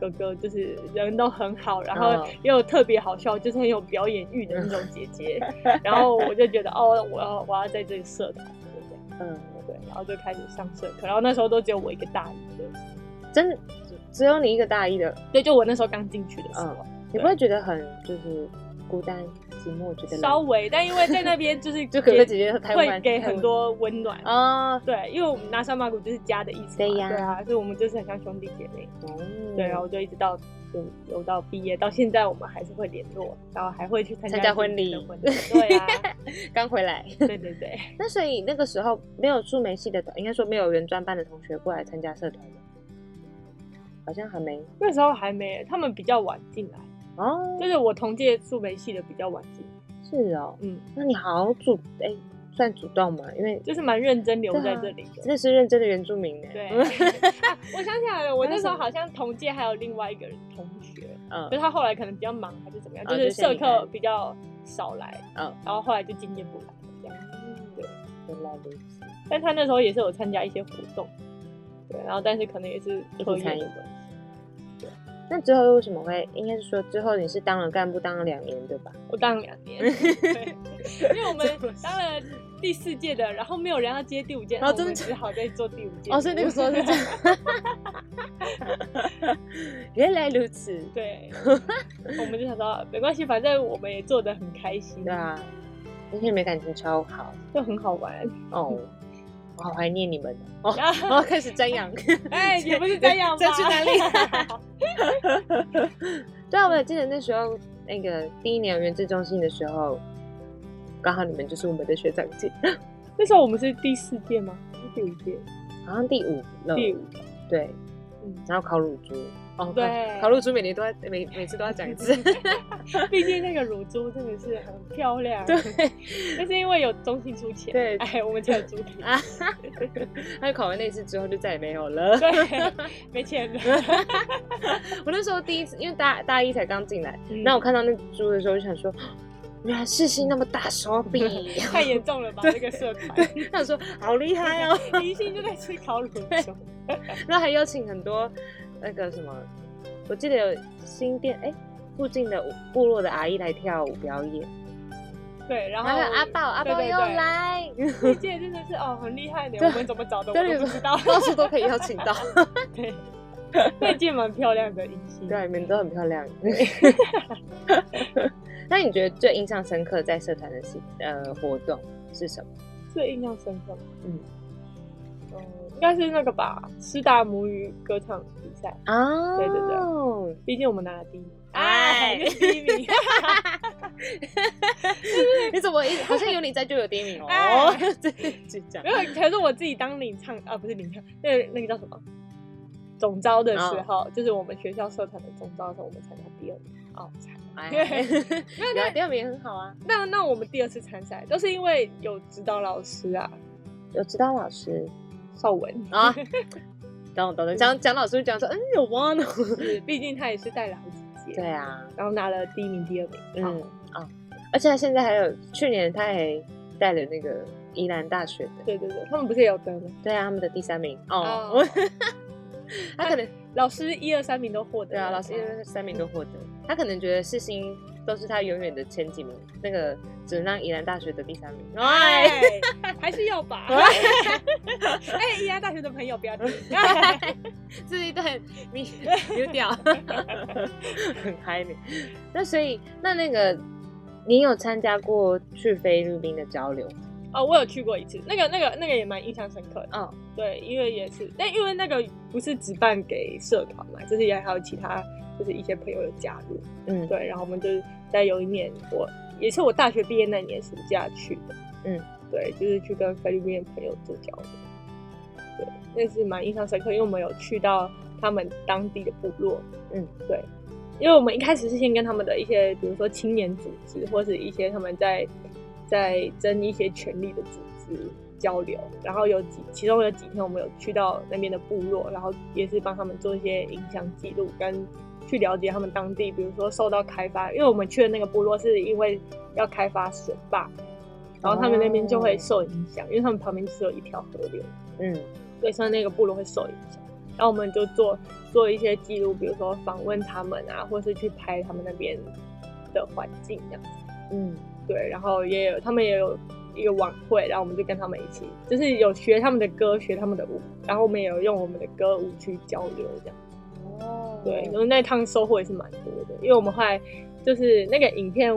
Speaker 9: 哥哥就是人都很好，然后
Speaker 7: 嗯
Speaker 9: 又特别好笑，就是很有表演欲的那种姐 姐。然后我就觉得哦，我要我要在这个社团，对不对？
Speaker 7: 嗯，
Speaker 9: 对，然后就开始上社课，然后那时候都只有我一个大一的，
Speaker 7: 真的只只有你一个大一的，
Speaker 9: 对，就我那时候刚进去的时候，
Speaker 7: 你不会觉得很就是孤单寂寞，觉得冷
Speaker 9: 稍微，但因为在那边就 是
Speaker 7: 就哥哥姐姐都台
Speaker 9: 会
Speaker 7: 湾
Speaker 9: 给很多温暖。
Speaker 7: 啊，
Speaker 9: 对，因为我们拿上马古就是家的意思嘛，
Speaker 7: 对呀
Speaker 9: 对啊，所以我们就是很像兄弟姐妹。
Speaker 7: 嗯
Speaker 9: 对，然啊哦后就一直到有有到毕业，到现在我们还是会联络，然后还会去参
Speaker 7: 参加
Speaker 9: 自己
Speaker 7: 婚礼
Speaker 9: 的婚礼。对啊，
Speaker 7: 刚回来，
Speaker 9: 对对对，
Speaker 7: 那所以那个时候没有驻美系的，应该说没有原专班的同学过来参加社团吗？好像还没
Speaker 9: 那时候还没，他们比较晚进来，
Speaker 7: 哦，
Speaker 9: 就是我同届数媒系的比较晚进来，
Speaker 7: 是哦，
Speaker 9: 嗯，
Speaker 7: 那你好主哎、算主动嘛，因为
Speaker 9: 就是蛮认真留在这里的。
Speaker 7: 真的是认真的原住民呢。
Speaker 9: 对，啊我想起来了，我那时候好像同届还有另外一个人同学，
Speaker 7: 嗯
Speaker 9: 可是他后来可能比较忙还是怎么样，
Speaker 7: 哦
Speaker 9: 就是社
Speaker 7: 就先离
Speaker 9: 课
Speaker 7: 开
Speaker 9: 比较少来，
Speaker 7: 嗯，
Speaker 9: 然后后来就今天不来了这样。对，
Speaker 7: 原来如此，
Speaker 9: 但他那时候也是有参加一些活动，对，然后但是可能也是
Speaker 7: 一
Speaker 9: 科
Speaker 7: 起参与
Speaker 9: 研的关系，
Speaker 7: 那之后为什么会？应该是说之后你是当了干部，当了两年对吧？
Speaker 9: 我当了两 年，对因为我们当了第四届的，然后没有人要接第五届，
Speaker 7: 哦
Speaker 9: 那我
Speaker 7: 真的
Speaker 9: 们
Speaker 7: 假
Speaker 9: 只好再做第五届。
Speaker 7: 哦，所以那个时候是这样。 原来如此，
Speaker 9: 对，我们就想到没关系，反正我们也做的很开心，
Speaker 7: 对啊，而且你们感情超好
Speaker 9: 就很好玩。
Speaker 7: 哦，我好怀念你们哦。 哦，然后开始瞻 仰，
Speaker 9: 哎，也不是这样 吧？
Speaker 7: 再去哪 里？对啊，我也记得那时候那个第一年原志中心的时候，刚好你们就是我们的学长姐，
Speaker 9: 那时候我们是第四届吗？还是第五届？
Speaker 7: 好像第五了，
Speaker 9: 第五。
Speaker 7: 对，
Speaker 9: 嗯，
Speaker 7: 然后烤乳猪。哦，
Speaker 9: 对
Speaker 7: 烤乳猪每年都要每每次都要讲一 次。
Speaker 9: 毕竟那个乳猪真的是很漂亮，
Speaker 7: 对，
Speaker 9: 但是因为有中心出钱，
Speaker 7: 对
Speaker 9: 哎，我们才有猪蹄，
Speaker 7: 啊， 他就烤完那次之后就再也没有了。
Speaker 9: 对，没钱 了，
Speaker 7: 我那时候第一次，因为大大一才刚进来，
Speaker 9: 嗯
Speaker 7: 那我看到那猪的时候，就想说，原来世新那么大手笔，
Speaker 9: 太严重了吧？这个社团，
Speaker 7: 他说好厉害哦，
Speaker 9: 明星就在吃烤乳猪，
Speaker 7: 然后还邀请很多那个什么，我记得有新店哎、附近的部落的阿姨来跳舞表演，
Speaker 9: 对，然后
Speaker 7: 然后阿豹阿豹
Speaker 9: 对对
Speaker 7: 又
Speaker 9: 对
Speaker 7: 来，
Speaker 9: 这届真的是哦，很厉害的，
Speaker 7: 对
Speaker 9: 我们怎么找的
Speaker 7: 对
Speaker 9: 我都不知道，
Speaker 7: 到处都可以邀请到，
Speaker 9: 对，那届蛮漂亮的迎新，
Speaker 7: 对，你们都很漂亮。那你觉得最印象深刻在社团的事呃活动是什么？
Speaker 9: 最印象深刻吗？
Speaker 7: 嗯
Speaker 9: 嗯，应该是那个吧，师大母语歌唱比赛，
Speaker 7: 啊
Speaker 9: 对对对毕竟我们拿了第一名，啊
Speaker 7: 哎
Speaker 9: 那是第一名，
Speaker 7: 你怎么一好像有你在就有第一名 哦？
Speaker 9: 哎
Speaker 7: 对，就这
Speaker 9: 没
Speaker 7: 样。
Speaker 9: 有，可是我自己当领唱啊，不是领唱，那个那个叫什么？总招的时候，
Speaker 7: 哦
Speaker 9: 就是我们学校社团的总招的时候，我们参加第二名。哦，惨
Speaker 7: 哎
Speaker 9: 对
Speaker 7: 有啊第二名很好啊，
Speaker 9: 那那我们第二次参赛都是因为有指导老师啊，
Speaker 7: 有指导老师
Speaker 9: 邵文，
Speaker 7: 啊。等我等等，蒋蒋老师讲说，嗯，有哇呢。
Speaker 9: 是 毕竟他也是带了好几届，
Speaker 7: 对，啊，
Speaker 9: 然后拿了第一名、第二名。
Speaker 7: 嗯
Speaker 9: 嗯，
Speaker 7: 哦，而且他现在还有，去年他还带了那个宜兰大学的，
Speaker 9: 对对对，他们不是也有得吗？
Speaker 7: 对啊，他们的第三名哦。
Speaker 9: 哦
Speaker 7: 他可能
Speaker 9: 老师一二三名都获得
Speaker 7: 对
Speaker 9: 了。
Speaker 7: 啊，老师因为三名都获得，他可能觉得世新都是他永远的前几名，那个只能让宜兰大学得第三名。哎，
Speaker 9: 哎， 还是要吧。 哎，宜兰大学的朋友不要听。
Speaker 7: 这一段你丢掉，很嗨呢。那所以那那个你有参加过去菲律宾的交流？
Speaker 9: 哦，我有去过一次，那个、那个、那个也蛮印象深刻的。
Speaker 7: 嗯，
Speaker 9: 对，因为也是，但因为那个不是只办给社团嘛，就是也还有其他，就是一些朋友有加入。
Speaker 7: 嗯，
Speaker 9: 对，然后我们就是在有一年，我也是我大学毕业那年暑假去的。
Speaker 7: 嗯，
Speaker 9: 对，就是去跟菲律宾的朋友做交流。对，那是蛮印象深刻，因为我们有去到他们当地的部落。
Speaker 7: 嗯，
Speaker 9: 对，因为我们一开始是先跟他们的一些，比如说青年组织，或是一些他们在在争一些权利的组织交流，然后有几其中有几天我们有去到那边的部落，然后也是帮他们做一些影像记录，跟去了解他们当地，比如说受到开发，因为我们去的那个部落是因为要开发水坝，然后他们那边就会受影响，因为他们旁边只有一条河流。
Speaker 7: 嗯，
Speaker 9: 对，像那个部落会受影响。然后我们就做做一些记录，比如说访问他们啊，或是去拍他们那边的环境这样子。
Speaker 7: 嗯，
Speaker 9: 对，然后也有他们也有一个晚会，然后我们就跟他们一起，就是有学他们的歌，学他们的舞，然后我们也有用我们的歌舞去交流这样。
Speaker 7: 哦
Speaker 9: 对，然后那趟收获也是蛮多的，因为我们后来就是那个影片，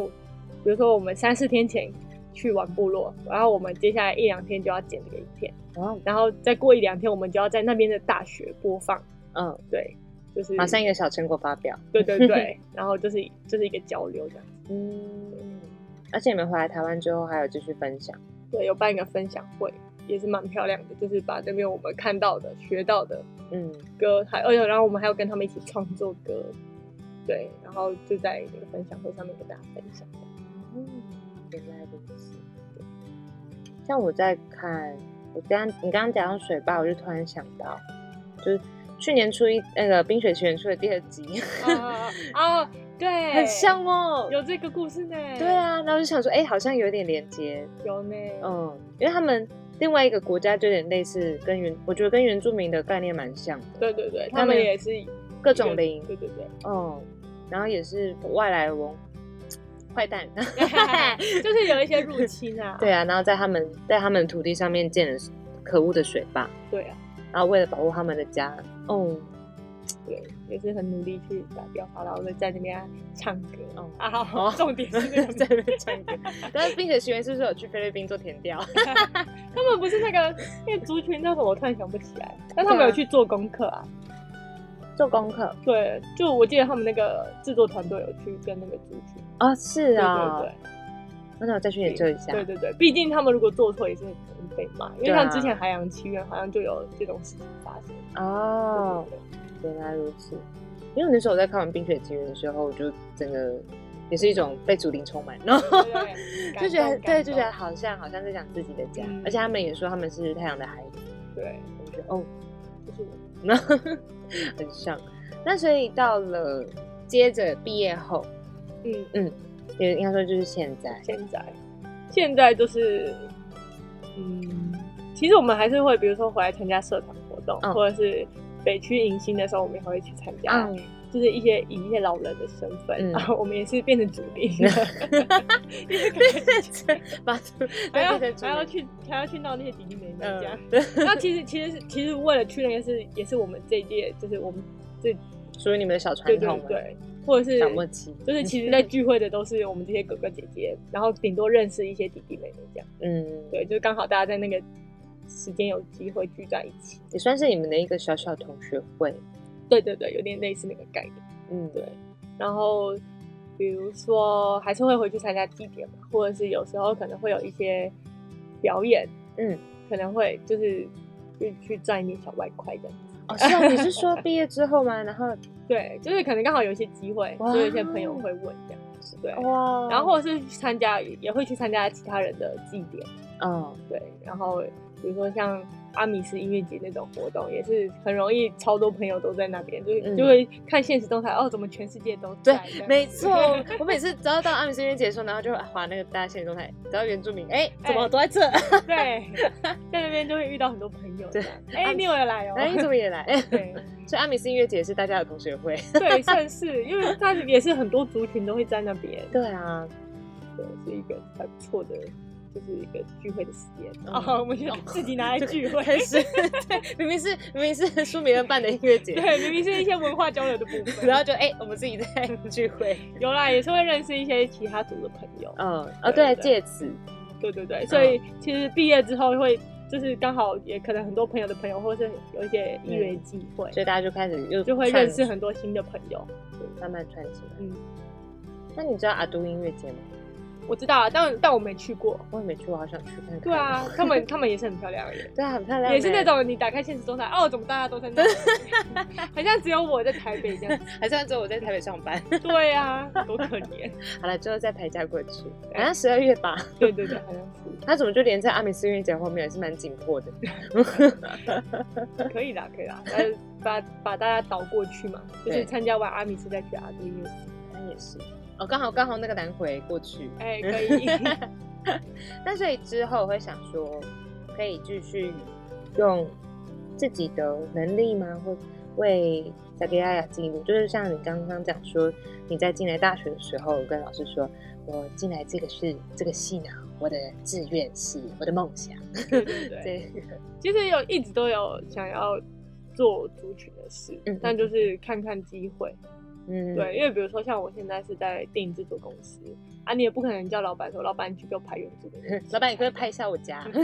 Speaker 9: 比如说我们三四天前去玩部落，然后我们接下来一两天就要剪这个影片。
Speaker 7: 哦，
Speaker 9: 然后再过一两天，我们就要在那边的大学播放。
Speaker 7: 嗯，
Speaker 9: 对，就是
Speaker 7: 马上一个小成果发表。
Speaker 9: 对对 对，然后就是就是一个交流这样。
Speaker 7: 嗯，而且你们回来台湾之后还有继续分享。
Speaker 9: 对，有办一个分享会，也是蛮漂亮的，就是把那边我们看到的、学到的
Speaker 7: 嗯，
Speaker 9: 歌，还而且然后我们还要跟他们一起创作歌，对，然后就在那个分享会上面跟大家分享。
Speaker 7: 嗯原来如此。对像我在看，我刚你刚刚讲到水坝，我就突然想到，就是去年初一那个《冰雪奇缘》出的第二集，
Speaker 9: 啊啊啊，对，
Speaker 7: 很像哦。
Speaker 9: 有这个故事呢。
Speaker 7: 对，啊，然后就想说，哎、好像有点连接，
Speaker 9: 有呢。
Speaker 7: 嗯，因为他们另外一个国家就有点类似跟原，我觉得跟原住民的概念蛮像的，
Speaker 9: 对对对，
Speaker 7: 他
Speaker 9: 他
Speaker 7: 们
Speaker 9: 们也是
Speaker 7: 各种灵，
Speaker 9: 对对对。
Speaker 7: 嗯，然后也是外来文坏 蛋，
Speaker 9: 就是有一些入侵啊。
Speaker 7: 对啊，然后在他们在他们的土地上面建了可恶的水坝，
Speaker 9: 对啊，
Speaker 7: 然后为了保护他们的家，哦，
Speaker 9: 对，也是很努力去打掉它，然后在那边啊唱歌。
Speaker 7: 哦
Speaker 9: 哦，啊，
Speaker 7: 哦
Speaker 9: 好，重点是那
Speaker 7: 在
Speaker 9: 个，
Speaker 7: 那边唱歌。但是冰雪奇缘是不是有去菲律宾做甜调？
Speaker 9: 他们不是那个那个族群叫什么？我突然想不起来。但他们有去做功课啊。
Speaker 7: 做功课
Speaker 9: 对，就我记得他们那个制作团队有去跟那个族群。
Speaker 7: 啊、哦？是
Speaker 9: 对
Speaker 7: 啊，
Speaker 9: 对
Speaker 7: 那我再去研究一下。
Speaker 9: 对对对对，毕竟他们如果做错也是很容易被骂，因为
Speaker 7: 对啊
Speaker 9: 像之前《海洋奇缘》好像就有这种事情发生。
Speaker 7: 哦，
Speaker 9: 对对对
Speaker 7: 原来如此。因为那时候我在看完《冰雪奇缘》的时候，我就整个也是一种被竹林充满，然后
Speaker 9: 对对
Speaker 7: 就觉得
Speaker 9: 感动感
Speaker 7: 对，
Speaker 9: 动
Speaker 7: 就觉得好像好像在讲自己的家，
Speaker 9: 嗯
Speaker 7: 而且他们也说他们是太阳的孩子，
Speaker 9: 对，
Speaker 7: 我觉得哦，
Speaker 9: 就是我
Speaker 7: 那 很像。那所以到了接着毕业后，
Speaker 9: 嗯，
Speaker 7: 也应该说就是现在，
Speaker 9: 现在，现在就是，嗯，其实我们还是会，比如说回来参加社团活动，
Speaker 7: 嗯
Speaker 9: 或者是北区迎新的时候，我们也会去参加，
Speaker 7: 嗯，
Speaker 9: 就是一些以一些老人的身份，
Speaker 7: 嗯
Speaker 9: 然后我们也是变成主力， 就是可能
Speaker 7: 把对
Speaker 9: 还要
Speaker 7: 变成
Speaker 9: 还要
Speaker 7: 主
Speaker 9: 去还要去闹那些弟弟妹妹
Speaker 7: 嗯
Speaker 9: 这样。 那其实其实是其实为了去那个是也是我们这一届，就是我们这
Speaker 7: 属于你们的小
Speaker 9: 对
Speaker 7: 传
Speaker 9: 对
Speaker 7: 统嘛，
Speaker 9: 对，或者是
Speaker 7: 小默契，
Speaker 9: 就是其实在聚会的都是我们这些哥哥姐姐，然后顶多认识一些弟弟妹妹这样。
Speaker 7: 嗯，
Speaker 9: 对，就刚好大家在那个时间有机会聚在一起。
Speaker 7: 也算是你们的一个小小同学会，
Speaker 9: 对对对，有点类似那个概念。
Speaker 7: 嗯，
Speaker 9: 对，然后比如说还是会回去参加祭典嘛，或者是有时候可能会有一些表演，
Speaker 7: 嗯，
Speaker 9: 可能会就是去去赚一点小外快这样子。
Speaker 7: 哦，是啊，你是说毕业之后吗？然 后
Speaker 9: 对，就是可能刚好有一些机会，
Speaker 7: 哇哦
Speaker 9: 就有一些朋友会问这样子，对。
Speaker 7: 哇
Speaker 9: 然后或者是去参加，也会去参加其他人的祭典，
Speaker 7: 嗯，
Speaker 9: 对。然后比如说像阿米斯音乐节那种活动，也是很容易超多朋友都在那边，就是、
Speaker 7: 嗯
Speaker 9: 就会看现实动态，哦，怎么全世界都
Speaker 7: 对
Speaker 9: 在这样子，
Speaker 7: 没 错，我每次只要到阿米斯音乐节的时候，然后就会划那个大家现实动态，只要原住民，哎，怎么
Speaker 9: 哎
Speaker 7: 都在这？
Speaker 9: 对，在那边就会遇到很多朋友。
Speaker 7: 对
Speaker 9: 这样，哎，你有也来哦。
Speaker 7: 哎，你怎么也来？
Speaker 9: 对
Speaker 7: 所以阿米斯音乐节是大家的同学会，
Speaker 9: 对，算是，因为它也是很多族群都会在那边，
Speaker 7: 对啊，
Speaker 9: 对，是一个还不错的，就是一个聚会的时间。
Speaker 7: 嗯
Speaker 9: 啊，我们就自己拿来聚会，
Speaker 7: 开始，对 明明是明明是苏米恩办的音乐节，
Speaker 9: 对，明明是一些文化交流的部分，
Speaker 7: 然后就哎，我们自己在聚会，
Speaker 9: 有啦，也是会认识一些其他族的朋友。
Speaker 7: 嗯，哦，
Speaker 9: 对
Speaker 7: 对，
Speaker 9: 对
Speaker 7: 借此，
Speaker 9: 对对
Speaker 7: 嗯
Speaker 9: 对，所以其实毕业之后会。就是刚好也可能很多朋友的朋友，或是有一些因缘际会，
Speaker 7: 所以大家就开始又
Speaker 9: 就会
Speaker 7: 串
Speaker 9: 认识很多新的朋友。
Speaker 7: 慢慢串起来。
Speaker 9: 嗯，
Speaker 7: 那你知道阿都音乐节吗？
Speaker 9: 我知道啊，但但我没去过。
Speaker 7: 我也没去，我好想去看看。
Speaker 9: 对啊， 他们他们也是很漂亮耶，
Speaker 7: 对啊，很漂亮欸，
Speaker 9: 也是那种你打开现实动态，哦，怎么大家都在那 里，好像只有我在台北这样子。
Speaker 7: 还是只有我在台北上班。
Speaker 9: 对啊，多可怜。
Speaker 7: 好了，之后再排假过去，好像十二月吧。
Speaker 9: 对对对，好像
Speaker 7: 那怎么就连在阿美斯音乐节后面也是蛮紧迫的？
Speaker 9: 是可以啦，可以啦，呃，把把大家导过去嘛，就是
Speaker 7: 对
Speaker 9: 参加完阿米斯再去阿杜音乐节。
Speaker 7: 那也是哦，刚好刚好那个南回过去。
Speaker 9: 哎，可以。
Speaker 7: 那所以之后会想说，可以继续用自己的能力吗？或为萨给亚亚记录，就是像你刚刚讲说，你在进来大学的时候跟老师说，我进来这个是这个系呢，我的志愿是我的梦想。
Speaker 9: 对对对。
Speaker 7: 对，
Speaker 9: 其实有一直都有想要做族群的事
Speaker 7: 嗯，
Speaker 9: 但就是看看机会。
Speaker 7: 嗯，
Speaker 9: 对，因为比如说像我现在是在电影制作公司啊，你也不可能叫老板说，老板你去给我拍原 著的东西。
Speaker 7: 老板，你可不可以拍一下我家？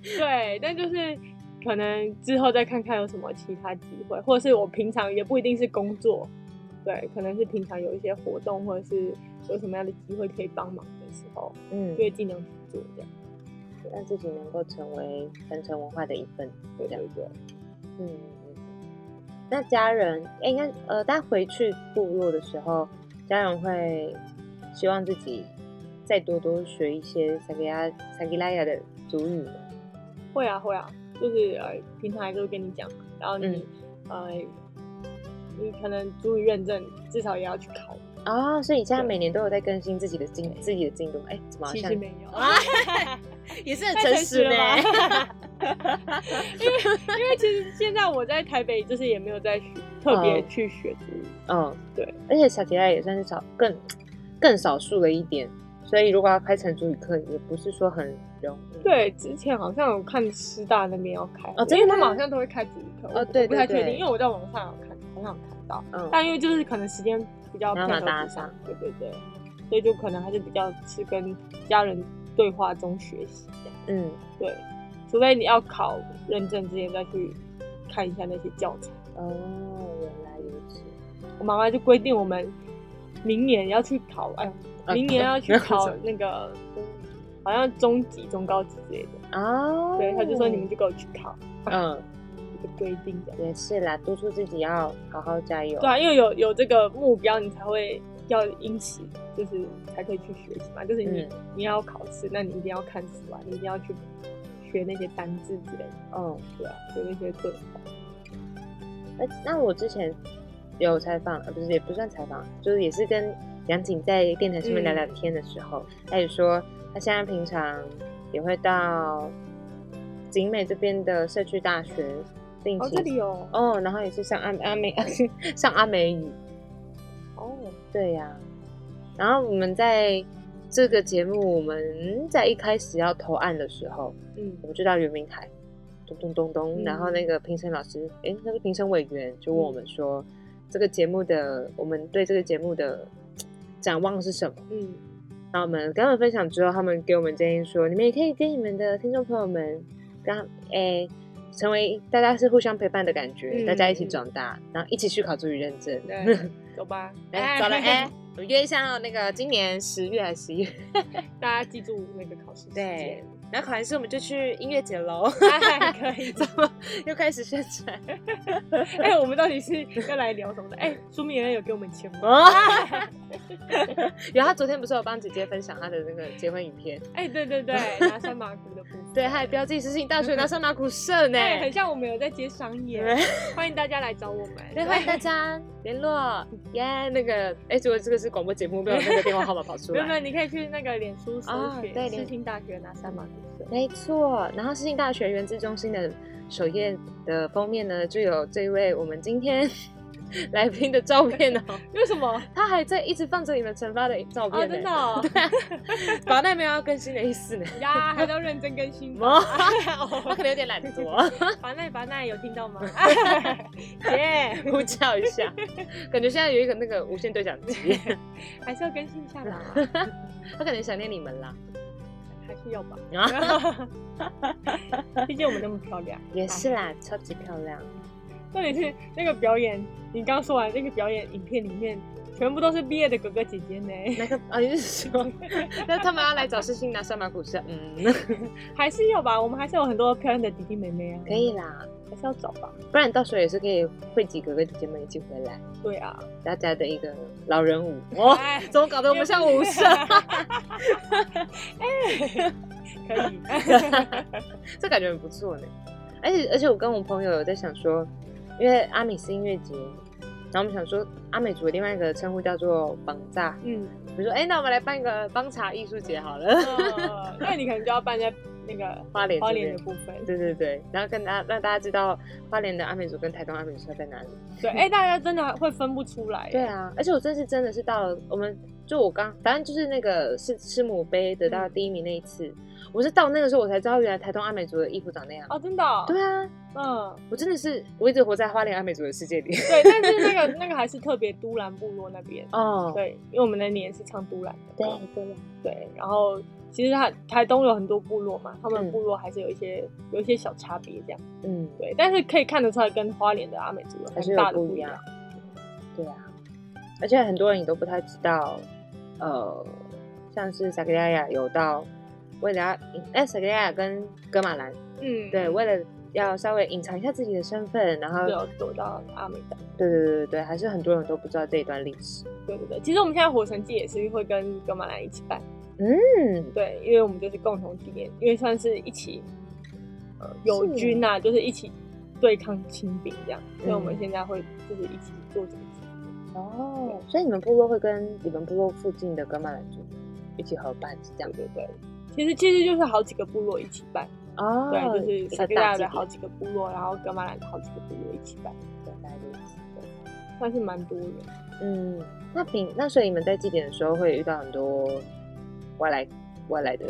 Speaker 9: 对，但就是可能之后再看看有什么其他机会，或者是我平常也不一定是工作，对，可能是平常有一些活动，或者是有什么样的机会可以帮忙的时候，
Speaker 7: 嗯
Speaker 9: 就，会尽量去做这样。
Speaker 7: 让自己能够成为传承文化的一份子，
Speaker 9: 对
Speaker 7: 这样
Speaker 9: 对对，
Speaker 7: 嗯，那家人，哎、应该呃，大家回去部落的时候，家人会希望自己再多多学一些萨给亚萨给拉雅的族语吗？
Speaker 9: 会啊会啊，就是呃，平常还是会跟你讲嘛，然后你、
Speaker 7: 嗯
Speaker 9: 呃，你可能足以认证，至少也要去考，
Speaker 7: 啊、所以你现在
Speaker 9: 对
Speaker 7: 每年都有在更新自己的进自己的进度吗，哎、怎么好
Speaker 9: 其
Speaker 7: 像
Speaker 9: 实没有。
Speaker 7: 啊 也是
Speaker 9: 太诚实了吧
Speaker 7: 呢？
Speaker 9: 因为其实现在我在台北，就是也没有在学特别
Speaker 7: 哦
Speaker 9: 去学主语。
Speaker 7: 嗯，
Speaker 9: 对，
Speaker 7: 而且萨给拉雅也算是少更更少数了一点，所以如果要开成主语课，也不是说很容易。，
Speaker 9: 对，之前好像有看师大那边要开，
Speaker 7: 哦真的
Speaker 9: 因为他们
Speaker 7: 吗
Speaker 9: 好像都会开主语课，
Speaker 7: 哦
Speaker 9: 我
Speaker 7: 对
Speaker 9: 我不太
Speaker 7: 对
Speaker 9: 确
Speaker 7: 对
Speaker 9: 定，因为我在网上有看，好像有看到，
Speaker 7: 嗯，
Speaker 9: 但因为就是可能时间比较
Speaker 7: 没有
Speaker 9: 配
Speaker 7: 办
Speaker 9: 合
Speaker 7: 法搭
Speaker 9: 不上，对对对，所以就可能还是比较是跟家人对话中学习这样，
Speaker 7: 嗯，
Speaker 9: 对，除非你要考认证之前再去看一下那些教材。
Speaker 7: 哦，原来如此。
Speaker 9: 我妈妈就规定我们明年要去考，哎，
Speaker 7: 呃
Speaker 9: 明年要去 考
Speaker 7: 什么
Speaker 9: 那个，好像中级、中高级之类的。
Speaker 7: 哦，
Speaker 9: 对，她就说你们就给我去考。
Speaker 7: 嗯，
Speaker 9: 的规定这样。
Speaker 7: 也是啦，督促自己要好好加油。
Speaker 9: 对啊，因为有有这个目标，你才会要因此就是才可以去学习嘛。就是你、
Speaker 7: 嗯
Speaker 9: 你要考试，那你一定要看书啊，你一定要去学那些单字之类的，
Speaker 7: 嗯，
Speaker 9: 对啊，学那些对话。
Speaker 7: 呃，那我之前有采访，呃，不是也不算采访，就是也是跟杨景在电台上面聊聊天的时候，他也说他现在平常也会到景美这边的社区大学定
Speaker 9: 哦，
Speaker 7: 期、
Speaker 9: 这里有
Speaker 7: 哦，然后也是上阿阿美 上阿美语，
Speaker 9: 哦，
Speaker 7: 对呀、然后我们在这个节目我们在一开始要投案的时候，
Speaker 9: 嗯
Speaker 7: 我，们就到圆明台，咚咚咚咚，
Speaker 9: 嗯
Speaker 7: 然后那个评审老师，诶，那个评审委员就问我们说，这个节目的我们对这个节目的嘖展望是什么？
Speaker 9: 嗯，
Speaker 7: 然后我们跟他们分享之后，他们给我们建议说，你们也可以跟你们的听众朋友们，跟他诶。成为大家是互相陪伴的感觉，
Speaker 9: 嗯
Speaker 7: 大家一起
Speaker 9: 嗯
Speaker 7: 长大，然后一起去考英语认证。
Speaker 9: 对，走吧，
Speaker 7: 哎， 走了哎，我们约一下哦，那个今年十月还是 十一月？
Speaker 9: 大家记住那个考试时间。，
Speaker 7: 然后考完试我们就去音乐节喽。
Speaker 9: 哎，可以。
Speaker 7: 怎么又开始宣传？
Speaker 9: 哎、我们到底是要来聊什么的？哎、苏明人有给我们钱吗？
Speaker 7: 哦， 有啊他昨天不是有帮姐姐分享他的那个结婚影片？
Speaker 9: 哎、对对 对，拿三马股的部分。
Speaker 7: 对，他还标记实行大学拿上马古社 呢。
Speaker 9: 哎、很像我们有在接商 演，欢迎大家来找我们。
Speaker 7: 对，欢迎大 家联络耶。那个，哎，结果这个是广播节目，没有那个电话号码跑出
Speaker 9: 没有没
Speaker 7: 来。
Speaker 9: 有，你可以去那个脸书
Speaker 7: 啊
Speaker 9: 搜寻
Speaker 7: 对
Speaker 9: 视
Speaker 7: 脸
Speaker 9: 听大学拿三马股社。
Speaker 7: 没错，然后世新大学原子中心的首页的封面呢，就有这位我们今天 来宾的照片哦。
Speaker 9: 为什么？
Speaker 7: 他还在一直放着你们惩罚的照片
Speaker 9: 哦，
Speaker 7: 呢、
Speaker 9: 真的 哦
Speaker 7: 保代没有要更新的意 思呢。
Speaker 9: 呀，还是要认真更新吧。
Speaker 7: 哦， 他可能有点 懒惰，
Speaker 9: 法奈法奈有听 到吗？耶，
Speaker 7: 呼叫一下，感觉现在有一个那个无线对讲 机，
Speaker 9: 还是要更新一 下吧，
Speaker 7: 他可能想念你们啦。
Speaker 9: 还是 要吧。
Speaker 7: 啊，
Speaker 9: 毕竟我们那么漂亮。哎
Speaker 7: 也是啦，超级漂 亮。
Speaker 9: 重点是那个表演，你刚说完那个表演影片里面，全部都是毕业的哥哥姐姐呢，
Speaker 7: 那个啊，你是说，那他们要来找世新拿三马古社？嗯，
Speaker 9: 还是要吧？我们还是有很多漂亮的弟弟妹妹啊，
Speaker 7: 可以啦，
Speaker 9: 还是要找吧？
Speaker 7: 不然到时候也是可以汇几个哥姐姐们一起回来，
Speaker 9: 对啊，
Speaker 7: 大家的一个老人舞。哦，
Speaker 9: 哎
Speaker 7: 怎么搞得我们像舞社？
Speaker 9: 哎可以，
Speaker 7: 这感觉很不错呢。而且而且我跟我朋友有在想说，因为阿美是音乐节，然后我们想说阿美族的另外一个称呼叫做绑炸，
Speaker 9: 嗯，
Speaker 7: 我们说哎，那我们来办一个帮茶艺术节好了，
Speaker 9: 呃那你可能就要办在那个
Speaker 7: 花莲
Speaker 9: 花
Speaker 7: 这
Speaker 9: 莲
Speaker 7: 边
Speaker 9: 的。部分。
Speaker 7: 对对对，然后跟大家让大家知道花莲的阿美族跟台东阿美族在哪里。
Speaker 9: 对，哎，大家真的会分不出来。
Speaker 7: 对，啊，而且我这次真的是到了我们，就我刚反正就是那个是师母杯得
Speaker 9: 嗯
Speaker 7: 到第一名那一次，我是到那个时候我才知道原来台东阿美族的衣服长那样。
Speaker 9: 哦，真的哦，
Speaker 7: 对啊，
Speaker 9: 嗯，
Speaker 7: 我真的是我一直活在花莲阿美族的世界里。
Speaker 9: 对，但是那个那个还是特别都兰部落那边，
Speaker 7: 哦，
Speaker 9: 对，因为我们那年是唱都兰的，
Speaker 7: 对啊对了，
Speaker 9: 对，然后其实它台东有很多部落嘛，他们
Speaker 7: 嗯
Speaker 9: 部落还是有一些、有一些小差别这样，
Speaker 7: 嗯，
Speaker 9: 对，但是可以看得出来跟花莲的阿美族有
Speaker 7: 还是
Speaker 9: 很
Speaker 7: 有
Speaker 9: 大的
Speaker 7: 不
Speaker 9: 不
Speaker 7: 一
Speaker 9: 一
Speaker 7: 样
Speaker 9: 样。。
Speaker 7: 对啊，而且很多人也都不太知道，呃，像是萨格利亚有到为了要隐，哎，萨格利亚跟格马兰，
Speaker 9: 嗯，
Speaker 7: 对，，为了要稍微隐藏一下自己的身份，然后
Speaker 9: 就有走到阿美的，
Speaker 7: 对对对对对，还是很多人都不知道这一段历史。
Speaker 9: 对对对。其实我们现在火神祭也是会跟格马兰一起办，
Speaker 7: 嗯，
Speaker 9: 对，因为我们就是共同体验，因为算是一起，呃，友
Speaker 7: 是
Speaker 9: 军呐、就是一起对抗清兵这样，所以我们
Speaker 7: 嗯
Speaker 9: 现在会就是一起做这个祭。
Speaker 7: 哦，所以你们部落会跟你们部落附近的格马兰族一起合办，是这样
Speaker 9: 对对对，其实其实就是好几个部落一起办，
Speaker 7: 哦，
Speaker 9: 对，啊就是
Speaker 7: 一
Speaker 9: 撒
Speaker 7: 个
Speaker 9: 格
Speaker 7: 大
Speaker 9: 亚
Speaker 7: 祭
Speaker 9: 的
Speaker 7: 典
Speaker 9: 好几个部落，然后格马兰的好几个部落一起办，
Speaker 7: 的大祭典
Speaker 9: 算是蛮多的。
Speaker 7: 嗯，那平那所以你们在祭典的时候会遇到很多外来外来的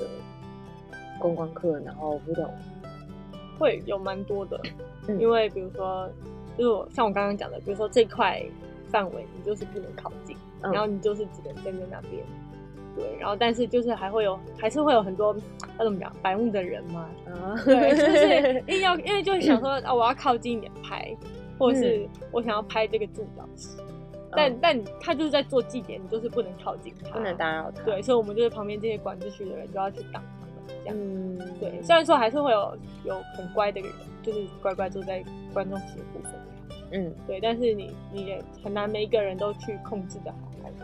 Speaker 7: 观光客，然后不懂，
Speaker 9: 会有蛮多的，
Speaker 7: 嗯
Speaker 9: 因为比如说，就是我像我刚刚讲的，比如说这块范围你就是不能靠近，
Speaker 7: 嗯
Speaker 9: 然后你就是只能站在那边，对，然后但是就是还会有，还是会有很多要怎么讲，白目的人嘛，
Speaker 7: 啊，
Speaker 9: 对，就是硬要，因为就是想说啊，我要靠近一点拍，或者
Speaker 7: 嗯
Speaker 9: 是我想要拍这个助导师，但但你他就是在做祭典，你就是不能靠近他，
Speaker 7: 不能打扰他，
Speaker 9: 对，所以我们就是旁边这些管制区的人就要去挡他们，这样。
Speaker 7: 嗯，
Speaker 9: 对，虽然说还是会有有很乖的人，就是乖乖坐在观众席的部分，
Speaker 7: 嗯
Speaker 9: 对，但是你你也很难每一个人都去控制的好，还是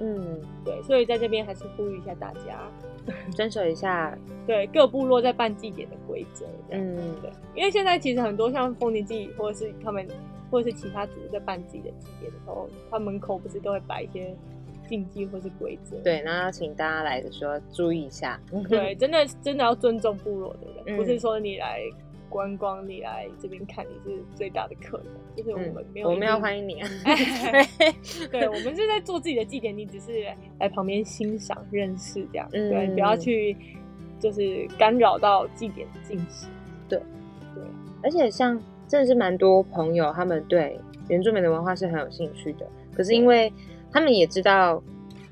Speaker 7: 嗯，
Speaker 9: 对，所以在这边还是呼吁一下大家，
Speaker 7: 遵守一下，
Speaker 9: 对各部落在办祭典的规则，这样
Speaker 7: 嗯
Speaker 9: 对，因为现在其实很多像丰年祭或者是他们或者是其他族在办自己的祭典的时候，他门口不是都会摆一些禁忌或是规则，
Speaker 7: 对，那要请大家来的时候注意一下，
Speaker 9: 对，真的真的要尊重部落的人，
Speaker 7: 嗯
Speaker 9: 不是说你来观光，你来这边看你是最大的客人，就是我们没
Speaker 7: 嗯
Speaker 9: 有、
Speaker 7: 我们要 欢迎 你啊，
Speaker 9: 你。对，我们是在做自己的祭典，你只是来旁边欣赏、认识这样，
Speaker 7: 嗯
Speaker 9: 对，不要去就是干扰到祭典的进行。
Speaker 7: 而且像真的是蛮多朋友，他们对原住民的文化是很有兴趣的。可是因为他们也知道，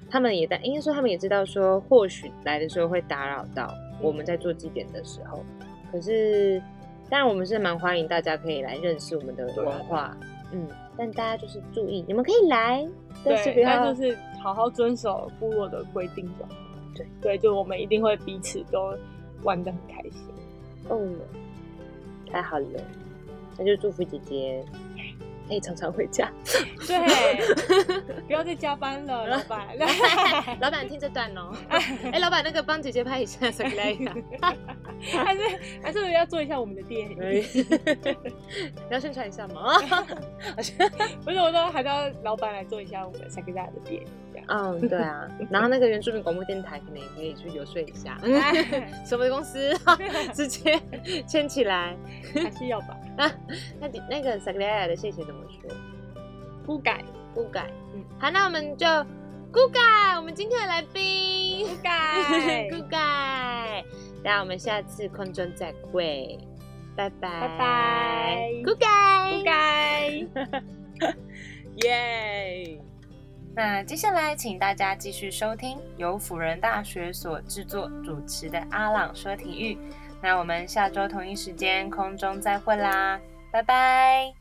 Speaker 7: 他们也在应该说他们也知道说，或许来的时候会打扰到我们在做祭典的时候。可是当然我们是蛮欢迎大家可以来认识我们的
Speaker 9: 啊
Speaker 7: 文化，嗯，但大家就是注意，你们可以来，但是不
Speaker 9: 对，
Speaker 7: 要
Speaker 9: 但就是好好遵守部落的规定就好。
Speaker 7: 对
Speaker 9: 对，就我们一定会彼此都玩的很开心。
Speaker 7: 哦，太好了，那就祝福姐姐可以常常回家。
Speaker 9: 对， 不要再加班了，老板。
Speaker 7: 老板听这段 哦。哎、老板，那个帮姐姐拍一下，手给来一下。
Speaker 9: 还是还是要做一下我们的电影，
Speaker 7: 哎 你要宣传一下 吗？
Speaker 9: 不是我说还是要老板来做一下我们三个大的 电影 这样。
Speaker 7: 嗯，对啊。然后那个原住民广播电台可能也可以去游说一 下，
Speaker 9: 哎
Speaker 7: 什么公司 直接签起来。
Speaker 9: 还是要吧，
Speaker 7: 啊，那你那个萨格利亚的谢谢怎么说？
Speaker 9: 不改
Speaker 7: 不改。
Speaker 9: 嗯
Speaker 7: 好，那我们就 good guy，我们今天的来宾
Speaker 9: 不 改
Speaker 7: ，good guy。那我们下次空中再会，拜拜，
Speaker 9: 拜拜
Speaker 7: good guy，
Speaker 9: 不改。
Speaker 7: 耶！
Speaker 8: 那接下来，请大家继续收听由辅仁大学所制作主持的《阿朗说体育》。那我们下周同一时间空中再会啦，拜拜。